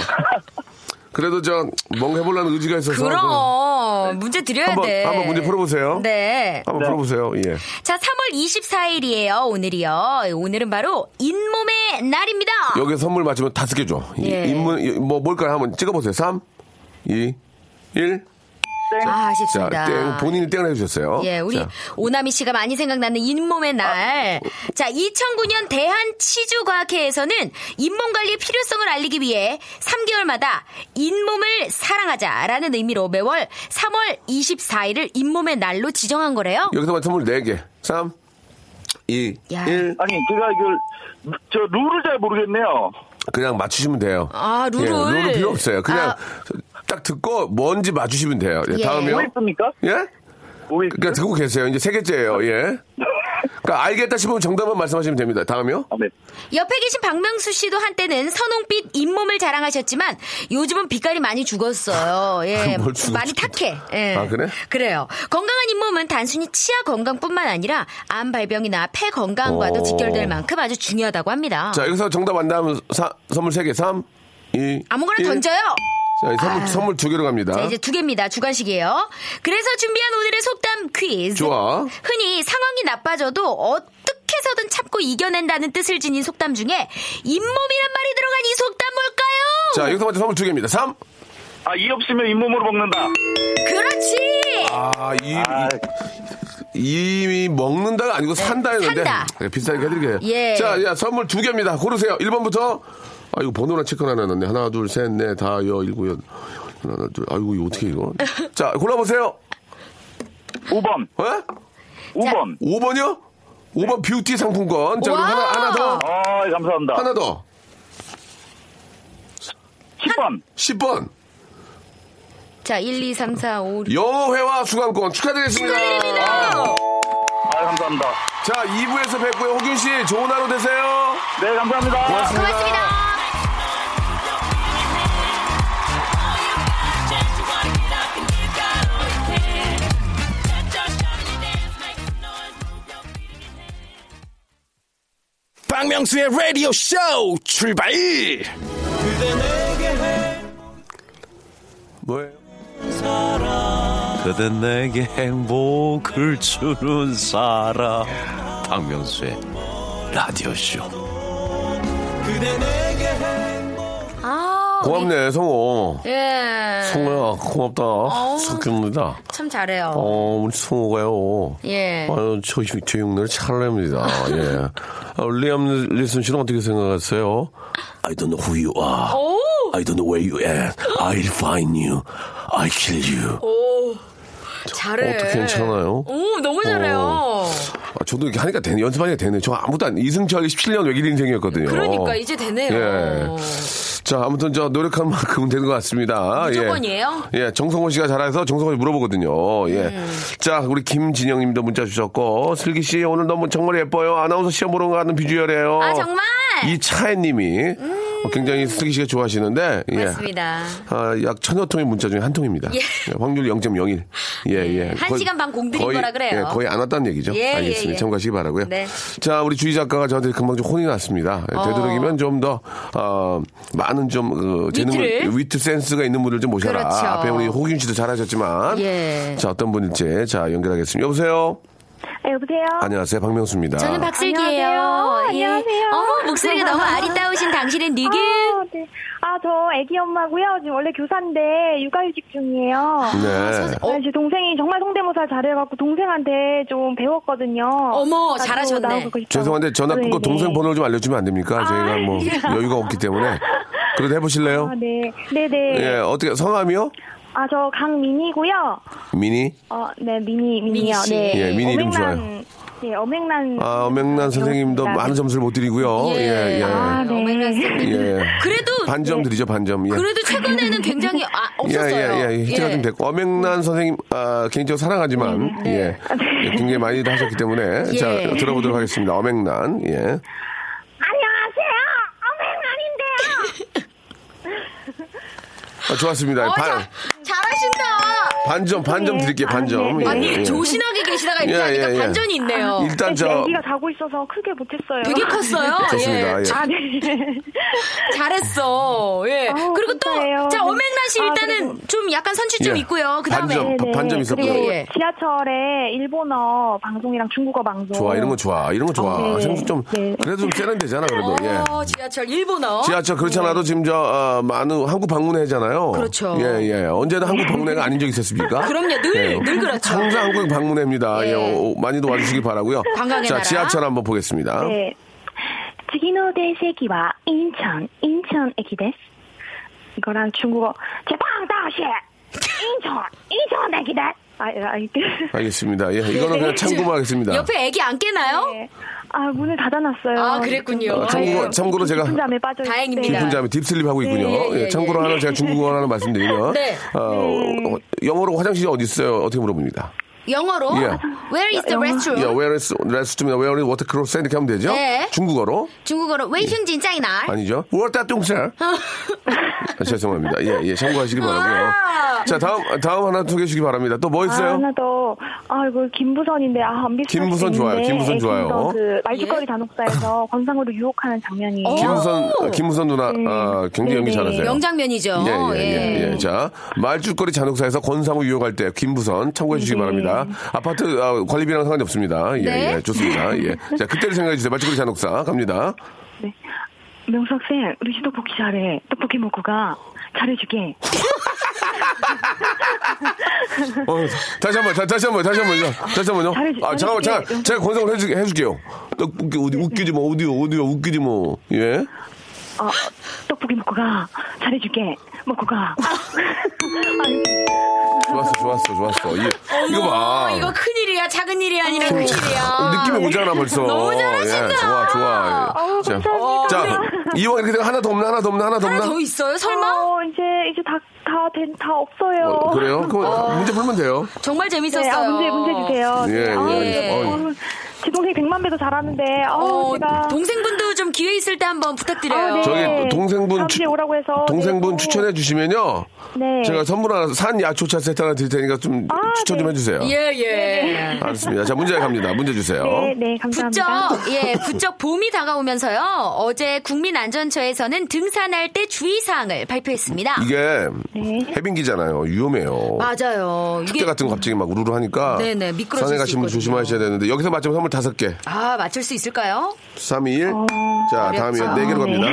[SPEAKER 2] 그래도 저 뭔가 해보려는 의지가 있어서
[SPEAKER 5] 그럼 문제 드려야
[SPEAKER 2] 한번
[SPEAKER 5] 돼.
[SPEAKER 2] 한번 문제 풀어보세요.
[SPEAKER 5] 네.
[SPEAKER 2] 한번 풀어보세요. 예.
[SPEAKER 5] 자, 3월 24일이에요. 오늘이요. 오늘은 바로 잇몸의 날입니다.
[SPEAKER 2] 여기 선물 맞추면 다섯 개 줘. 이
[SPEAKER 5] 예.
[SPEAKER 2] 인문 뭐 뭘까요? 한번 찍어보세요. 3, 2, 1. 네.
[SPEAKER 5] 아,
[SPEAKER 2] 자,
[SPEAKER 5] 아쉽습니다.
[SPEAKER 2] 땡. 본인이 땡을 해주셨어요.
[SPEAKER 5] 예, 우리
[SPEAKER 2] 그렇죠. 자,
[SPEAKER 5] 오나미 씨가 많이 생각나는 잇몸의 날. 자, 2009년 대한 치주과학회에서는 잇몸 관리의 필요성을 알리기 위해 3개월마다 잇몸을 사랑하자라는 의미로 매월 3월 24일을 잇몸의 날로 지정한 거래요.
[SPEAKER 2] 여기서만 선물 네개 3, 2,
[SPEAKER 5] 야.
[SPEAKER 2] 1.
[SPEAKER 7] 아니 제가 이걸 저 룰을 잘 모르겠네요.
[SPEAKER 2] 그냥 맞추시면 돼요.
[SPEAKER 5] 아, 룰을.
[SPEAKER 2] 예, 룰은 필요 없어요. 그냥
[SPEAKER 5] 아.
[SPEAKER 2] 딱 듣고 뭔지 맞추시면 돼요. 예,
[SPEAKER 5] 예.
[SPEAKER 2] 다음이요.
[SPEAKER 7] 뭐 있습니까?
[SPEAKER 2] 예?
[SPEAKER 7] 뭐 있-
[SPEAKER 2] 그러니까 듣고 계세요. 이제 세 개째예요. 예. 그러니까 알겠다 싶으면 정답만 말씀하시면 됩니다. 다음이요.
[SPEAKER 7] 아, 네.
[SPEAKER 5] 옆에 계신 박명수 씨도 한때는 선홍빛 잇몸을 자랑하셨지만 요즘은 빛깔이 많이 죽었어요. 예.
[SPEAKER 2] 뭘 죽었지?
[SPEAKER 5] 많이 탁해. 예.
[SPEAKER 2] 아, 그래?
[SPEAKER 5] 요 건강한 잇몸은 단순히 치아 건강뿐만 아니라 암 발병이나 폐
[SPEAKER 2] 오.
[SPEAKER 5] 건강과도 직결될 만큼 아주 중요하다고 합니다.
[SPEAKER 2] 자, 여기서 정답 안 나오면 사- 선물 세개 3, 2,
[SPEAKER 5] 아무거나 던져요. 아.
[SPEAKER 2] 자, 이 선물, 선물 두 개로 갑니다.
[SPEAKER 5] 자, 이제 두 개입니다. 주간식이에요. 그래서 준비한 오늘의 속담 퀴즈.
[SPEAKER 2] 좋아.
[SPEAKER 5] 흔히 상황이 나빠져도 어떻게 해서든 참고 이겨낸다는 뜻을 지닌 속담 중에 잇몸이란 말이 들어간 이 속담 뭘까요?
[SPEAKER 2] 자, 여기서 먼저 선물 두 개입니다. 3.
[SPEAKER 7] 아, 이 없으면 잇몸으로 먹는다.
[SPEAKER 5] 그렇지!
[SPEAKER 2] 아, 이, 이, 이 먹는다가 아니고 산다 했는데.
[SPEAKER 5] 네. 산다.
[SPEAKER 2] 예, 비싸게 해드릴게요.
[SPEAKER 5] 예.
[SPEAKER 2] 자, 야, 선물 두 개입니다. 고르세요. 1번부터. 아, 이거 번호나 체크 하나 놨네. 하나, 둘, 셋, 넷, 다, 여, 일곱, 여덟. 하나, 둘. 아이고, 이거 어떻게 이거. 자, 골라보세요.
[SPEAKER 7] 5번,
[SPEAKER 2] 어?
[SPEAKER 7] 5번.
[SPEAKER 2] 5번이요? 5번 뷰티 상품권. 자, 그럼
[SPEAKER 5] 와.
[SPEAKER 2] 하나, 하나 더.
[SPEAKER 7] 아, 감사합니다.
[SPEAKER 2] 하나 더.
[SPEAKER 7] 10번.
[SPEAKER 2] 10번.
[SPEAKER 5] 자, 1, 2, 3, 4, 5, 6.
[SPEAKER 2] 영어회화 수강권 축하드리겠습니다.
[SPEAKER 7] 아, 감사합니다.
[SPEAKER 2] 자, 2부에서 뵙고요. 호균 씨, 좋은 하루 되세요.
[SPEAKER 7] 네, 감사합니다.
[SPEAKER 5] 고맙습니다.
[SPEAKER 1] 박명수의 라디오 쇼 출발!
[SPEAKER 2] 뭐예요?
[SPEAKER 1] 그대 내게 행복을 주는 사람. 박명수의 라디오 쇼.
[SPEAKER 5] 아,
[SPEAKER 2] 고맙네, 성호.
[SPEAKER 5] 예.
[SPEAKER 2] 성호야, 고맙다. 석규입니다.
[SPEAKER 5] 참 잘해요.
[SPEAKER 2] 어, 우리 성호가요.
[SPEAKER 5] 예.
[SPEAKER 2] 아유, 저, 저 육날 찰납니다. 예. 아, 리암 리슨 씨는 어떻게 생각하세요? I don't know who you are. I don't know where you are. I'll find you. I kill you.
[SPEAKER 5] 잘해.
[SPEAKER 2] 어떻게 괜찮아요?
[SPEAKER 5] 오, 너무 잘해요.
[SPEAKER 2] 어. 아, 저도 이렇게 하니까 되네. 연습하니까 되네. 저 아무도 안, 이승철이 17년 외길 인생이었거든요.
[SPEAKER 5] 그러니까 이제 되네요.
[SPEAKER 2] 어. 예.
[SPEAKER 8] 어,
[SPEAKER 2] 자, 아무튼 저 노력한 만큼 되는 것 같습니다.
[SPEAKER 5] 무조건이에요? 음.
[SPEAKER 2] 예. 예, 정성호 씨가 잘해서 정성호 씨 물어보거든요. 예. 자, 우리 김진영 님도 문자 주셨고, 슬기 씨 오늘 너무 정말 예뻐요. 아나운서 시험 보러 가는 비주얼이에요.
[SPEAKER 5] 아, 정말? 음.
[SPEAKER 2] 이차혜 님이 어, 굉장히 슬기 씨가 좋아하시는데, 예.
[SPEAKER 5] 맞습니다.
[SPEAKER 2] 아, 약 천여 통의 문자 중에 한 통입니다.
[SPEAKER 5] 예. 네,
[SPEAKER 2] 예, 확률 0.01. 예, 예.
[SPEAKER 5] 한
[SPEAKER 2] 거의-
[SPEAKER 5] 시간 반 공들인
[SPEAKER 2] 거의-
[SPEAKER 5] 거라 그래요.
[SPEAKER 2] 예, 거의 안 왔다는 얘기죠.
[SPEAKER 5] 예,
[SPEAKER 2] 알겠습니다.
[SPEAKER 5] 예, 예.
[SPEAKER 2] 참고하시기 바라고요.
[SPEAKER 5] 네.
[SPEAKER 2] 자, 우리 주희 작가가 저한테 금방 좀 혼이 났습니다. 예, 되도록이면 좀 더, 어, 많은 좀, 어, 재능을,
[SPEAKER 5] 위트를?
[SPEAKER 2] 위트 센스가 있는 분을 좀 모셔라.
[SPEAKER 5] 그렇죠.
[SPEAKER 2] 앞에 우리 호균 씨도 잘하셨지만.
[SPEAKER 5] 예.
[SPEAKER 2] 자, 어떤 분일지. 자, 연결하겠습니다. 여보세요?
[SPEAKER 6] 네, 여보세요?
[SPEAKER 2] 안녕하세요. 박명수입니다.
[SPEAKER 5] 저는 박슬기예요.
[SPEAKER 6] 안녕하세요.
[SPEAKER 5] 예.
[SPEAKER 6] 안녕하세요.
[SPEAKER 5] 어머, 목소리가 너무 아리따우신 당신은 니그
[SPEAKER 6] 아, 네. 아, 저 애기 엄마고요. 지금 원래 교사인데 육아휴직 중이에요.
[SPEAKER 2] 네.
[SPEAKER 6] 네, 제 동생이 정말 성대모사 잘해갖고 동생한테 좀 배웠거든요.
[SPEAKER 5] 어머,
[SPEAKER 6] 나도
[SPEAKER 5] 잘하셨네.
[SPEAKER 6] 나오고 싶다고.
[SPEAKER 2] 죄송한데 전화
[SPEAKER 6] 네,
[SPEAKER 2] 끊고
[SPEAKER 6] 네.
[SPEAKER 2] 동생 번호를 좀 알려주면 안 됩니까? 저희가 뭐 여유가 없기 때문에. 그래도 해보실래요?
[SPEAKER 6] 아, 네. 네네.
[SPEAKER 2] 예, 어떻게 성함이요?
[SPEAKER 6] 아, 저 강민이고요.
[SPEAKER 2] 미니?
[SPEAKER 6] 어, 네, 미니, 미니요.
[SPEAKER 5] 미니 씨.
[SPEAKER 6] 네.
[SPEAKER 2] 예, 미니 이름
[SPEAKER 6] 어맹난,
[SPEAKER 2] 좋아요.
[SPEAKER 6] 예, 어맹난.
[SPEAKER 2] 아, 엄명란 선생님도
[SPEAKER 6] 배웠습니다.
[SPEAKER 2] 많은 점수를 못 드리고요. 예, 예. 예.
[SPEAKER 6] 아, 네.
[SPEAKER 5] 그래도- 네.
[SPEAKER 2] 반점 드리죠, 반점. 예.
[SPEAKER 5] 그래도 최근에는 굉장히 아, 없었어요.
[SPEAKER 2] 예, 예, 예. 히트가
[SPEAKER 5] 예.
[SPEAKER 2] 좀 됐고.
[SPEAKER 6] 음.
[SPEAKER 2] 엄명란 선생님, 아, 개인적으로 사랑하지만,
[SPEAKER 6] 네.
[SPEAKER 2] 예. 예, 굉장히 많이 하셨기 때문에.
[SPEAKER 5] 예.
[SPEAKER 2] 자, 들어보도록 하겠습니다. 엄명란, 예.
[SPEAKER 6] 안녕하세요. 어맹난인데요.
[SPEAKER 2] 아, 좋았습니다.
[SPEAKER 5] 어,
[SPEAKER 2] 반,
[SPEAKER 5] 잘, 잘하신다.
[SPEAKER 2] 반점, 반점 드릴게요, 반점.
[SPEAKER 6] 아, 네, 네.
[SPEAKER 2] 예,
[SPEAKER 5] 아니
[SPEAKER 2] 예.
[SPEAKER 5] 조신하게
[SPEAKER 8] 계시다가
[SPEAKER 2] 예,
[SPEAKER 8] 이렇게 하니까
[SPEAKER 2] 예, 예.
[SPEAKER 8] 반전이 있네요.
[SPEAKER 2] 일단 저
[SPEAKER 3] 애기가 자고 있어서 크게 못했어요.
[SPEAKER 8] 되게 컸어요.
[SPEAKER 2] 좋습니다. 예.
[SPEAKER 8] 자,
[SPEAKER 3] 아, 네.
[SPEAKER 8] 잘했어. 예.
[SPEAKER 3] 아우,
[SPEAKER 8] 그리고
[SPEAKER 3] 감사해요.
[SPEAKER 8] 또, 자, 어맹란 씨
[SPEAKER 3] 아,
[SPEAKER 8] 일단은
[SPEAKER 3] 그리고-
[SPEAKER 8] 좀 약간 선취점
[SPEAKER 2] 예.
[SPEAKER 8] 있고요. 그 다음에.
[SPEAKER 2] 반점
[SPEAKER 3] 네.
[SPEAKER 2] 반점 있었고요.
[SPEAKER 8] 그리고-
[SPEAKER 3] 그리고
[SPEAKER 8] 예.
[SPEAKER 3] 지하철에 일본어 방송이랑 중국어 방송.
[SPEAKER 2] 좋아 이런 거 좋아 이런 거 좋아.
[SPEAKER 3] 아, 네.
[SPEAKER 2] 생수 좀
[SPEAKER 3] 네.
[SPEAKER 2] 그래도 좀 세련되잖아 그래도. 예.
[SPEAKER 8] 어, 지하철 일본어.
[SPEAKER 2] 지하철 그렇잖아도 지금 저 어, 많은 한국 방문회잖아요.
[SPEAKER 8] 그렇죠.
[SPEAKER 2] 예, 예. 언제나 한국 방문회가 아닌 적 있었습니까?
[SPEAKER 8] 그럼요. 늘,
[SPEAKER 2] 예.
[SPEAKER 8] 늘 그렇죠.
[SPEAKER 2] 항상 한국 방문회입니다. 예.
[SPEAKER 8] 예.
[SPEAKER 2] 오, 오, 많이도 와주시기 바라고요.
[SPEAKER 8] 관광의
[SPEAKER 2] 자,
[SPEAKER 8] 나라.
[SPEAKER 2] 지하철 한번 보겠습니다.
[SPEAKER 3] 네. 次の電車駅は 인천, 인천駅です. 이거랑 중국어 제방다시 인천, 인천駅です. 아, 아, 이게
[SPEAKER 2] 알겠습니다. 예,
[SPEAKER 8] 네,
[SPEAKER 2] 이거는 그냥 참고하겠습니다.
[SPEAKER 8] 옆에 애기 안 깨나요?
[SPEAKER 3] 네. 아, 문을 닫아놨어요. 예.
[SPEAKER 8] 아, 그랬군요.
[SPEAKER 2] 어, 참고로, 참고로 제가
[SPEAKER 3] 깊은 잠에 빠져 있어요.
[SPEAKER 8] 다행입니다.
[SPEAKER 2] 깊은 잠에 딥슬립 하고 있군요.
[SPEAKER 8] 네, 예, 예,
[SPEAKER 2] 예, 참고로
[SPEAKER 8] 예.
[SPEAKER 2] 하나 제가 중국어 하나 말씀드리면
[SPEAKER 8] 네.
[SPEAKER 2] 어, 어, 영어로 화장실이 어디 있어요? 어떻게 물어봅니다.
[SPEAKER 8] 영어로.
[SPEAKER 2] 예.
[SPEAKER 8] Where is the restroom?
[SPEAKER 2] 야, where is restroom이나 where is water closet 이렇게 하면 되죠?
[SPEAKER 8] 네.
[SPEAKER 2] 중국어로
[SPEAKER 8] 중국어로 웨이흉진 짜이날.
[SPEAKER 2] 아니죠? 월다 뚱살. 죄송합니다. 예, 예, 참고하시기 바라고요.
[SPEAKER 8] 아.
[SPEAKER 2] 자, 다음 다음 하나 소개해 주시기 바랍니다. 또 뭐
[SPEAKER 3] 아,
[SPEAKER 2] 있어요?
[SPEAKER 3] 하나 더. 아, 이거 김부선인데, 아, 안 비슷할
[SPEAKER 2] 김부선
[SPEAKER 3] 수
[SPEAKER 2] 좋아요,
[SPEAKER 3] 있는데,
[SPEAKER 2] 김부선
[SPEAKER 3] 예,
[SPEAKER 2] 좋아요.
[SPEAKER 3] 김부선 그
[SPEAKER 8] 예.
[SPEAKER 3] 말죽거리 잔혹사에서 권상우를 유혹하는 장면이에요.
[SPEAKER 8] 어? 오.
[SPEAKER 2] 김우선 김우선 누나
[SPEAKER 3] 네.
[SPEAKER 2] 아, 굉장히 연기
[SPEAKER 3] 네, 네.
[SPEAKER 2] 잘하세요.
[SPEAKER 8] 명장면이죠.
[SPEAKER 2] 예, 예, 예, 예. 자, 말줄거리 잔혹사에서 권상우 유혹할 때 김부선 참고해 주시기
[SPEAKER 3] 네.
[SPEAKER 2] 바랍니다. 아파트 아, 관리비랑 상관이 없습니다. 예,
[SPEAKER 8] 네.
[SPEAKER 2] 예, 좋습니다. 예. 자, 그때를 생각해 주세요. 말줄거리 잔혹사 갑니다.
[SPEAKER 3] 네. 명석쌤, 우리 집 떡볶이 잘해. 떡볶이 먹고 가. 잘해주게.
[SPEAKER 2] 어, 다시 한 번, 다, 다시 한 번, 다시 한 번요. 다시 한 번요.
[SPEAKER 3] 잘해주-
[SPEAKER 2] 아, 잠깐만,
[SPEAKER 3] 잘해줄게요.
[SPEAKER 2] 잠깐, 제가 권상우 해줄게, 해줄게요. 떡볶이 어디 웃기지 뭐, 어디요, 어디요, 웃기지 뭐, 예.
[SPEAKER 3] 아, 떡볶이 먹고 가. 잘해줄게. 먹고 가.
[SPEAKER 8] 아.
[SPEAKER 2] 좋았어, 좋았어, 좋았어. 이, 이거
[SPEAKER 8] 어머,
[SPEAKER 2] 봐.
[SPEAKER 8] 이거 그- 큰일이야. 작은 예. 일이 아니라 큰일이야.
[SPEAKER 2] 느낌이 오잖아 벌써.
[SPEAKER 8] 너무 잘하신다.
[SPEAKER 2] 예, 좋아, 좋아.
[SPEAKER 3] 아우,
[SPEAKER 2] 자,
[SPEAKER 3] 감사합니다.
[SPEAKER 2] 자, 이왕 이렇게 되면 하나 더 없나, 하나 더 없나, 하나 더
[SPEAKER 8] 하나
[SPEAKER 2] 없나?
[SPEAKER 8] 더 있어요? 설마?
[SPEAKER 3] 어, 이제, 이제 다, 다 된, 다 없어요.
[SPEAKER 2] 어, 그래요? 그럼 문제 풀면 돼요.
[SPEAKER 8] 정말 재밌었어요.
[SPEAKER 3] 네, 아, 문제, 문제 주세요.
[SPEAKER 2] 예,
[SPEAKER 3] 아,
[SPEAKER 2] 예.
[SPEAKER 3] 진짜,
[SPEAKER 2] 어.
[SPEAKER 3] 어, 제 동생 100만 배도 잘하는데, 아,
[SPEAKER 8] 어,
[SPEAKER 3] 제가.
[SPEAKER 8] 동생분도 좀 기회 있을 때 한번 부탁드려요.
[SPEAKER 3] 아, 네.
[SPEAKER 2] 저기 동생분
[SPEAKER 3] 다음 주에 오라고 해서
[SPEAKER 2] 동생분
[SPEAKER 3] 내일
[SPEAKER 2] 추천해 주시면요.
[SPEAKER 3] 어, 네.
[SPEAKER 2] 제가 선물 하나 산 야초차 세트 하나 드릴 테니까 좀
[SPEAKER 3] 아,
[SPEAKER 2] 추천 좀
[SPEAKER 3] 네.
[SPEAKER 2] 해주세요.
[SPEAKER 8] 예, 예.
[SPEAKER 2] 알겠습니다. 자 문제 갑니다. 문제 주세요.
[SPEAKER 3] 네, 네,
[SPEAKER 8] 부쩍,
[SPEAKER 3] 감사합니다.
[SPEAKER 8] 예, 부쩍 봄이 다가오면서요. 어제 국민안전처에서는 등산할 때 주의사항을 발표했습니다.
[SPEAKER 2] 이게
[SPEAKER 3] 네.
[SPEAKER 2] 해빙기잖아요. 위험해요.
[SPEAKER 8] 맞아요. 이게
[SPEAKER 2] 축제 같은 거 갑자기 막 우르르 하니까
[SPEAKER 8] 네네, 미끄러질
[SPEAKER 2] 산에
[SPEAKER 8] 수
[SPEAKER 2] 가시면
[SPEAKER 8] 있거든요.
[SPEAKER 2] 조심하셔야 되는데 여기서 맞추면 선물 다섯 개,
[SPEAKER 8] 아, 맞출 수 있을까요?
[SPEAKER 2] 3, 2, 1. 자 다음에
[SPEAKER 8] 어, 어렵죠.
[SPEAKER 2] 네 개로 갑니다.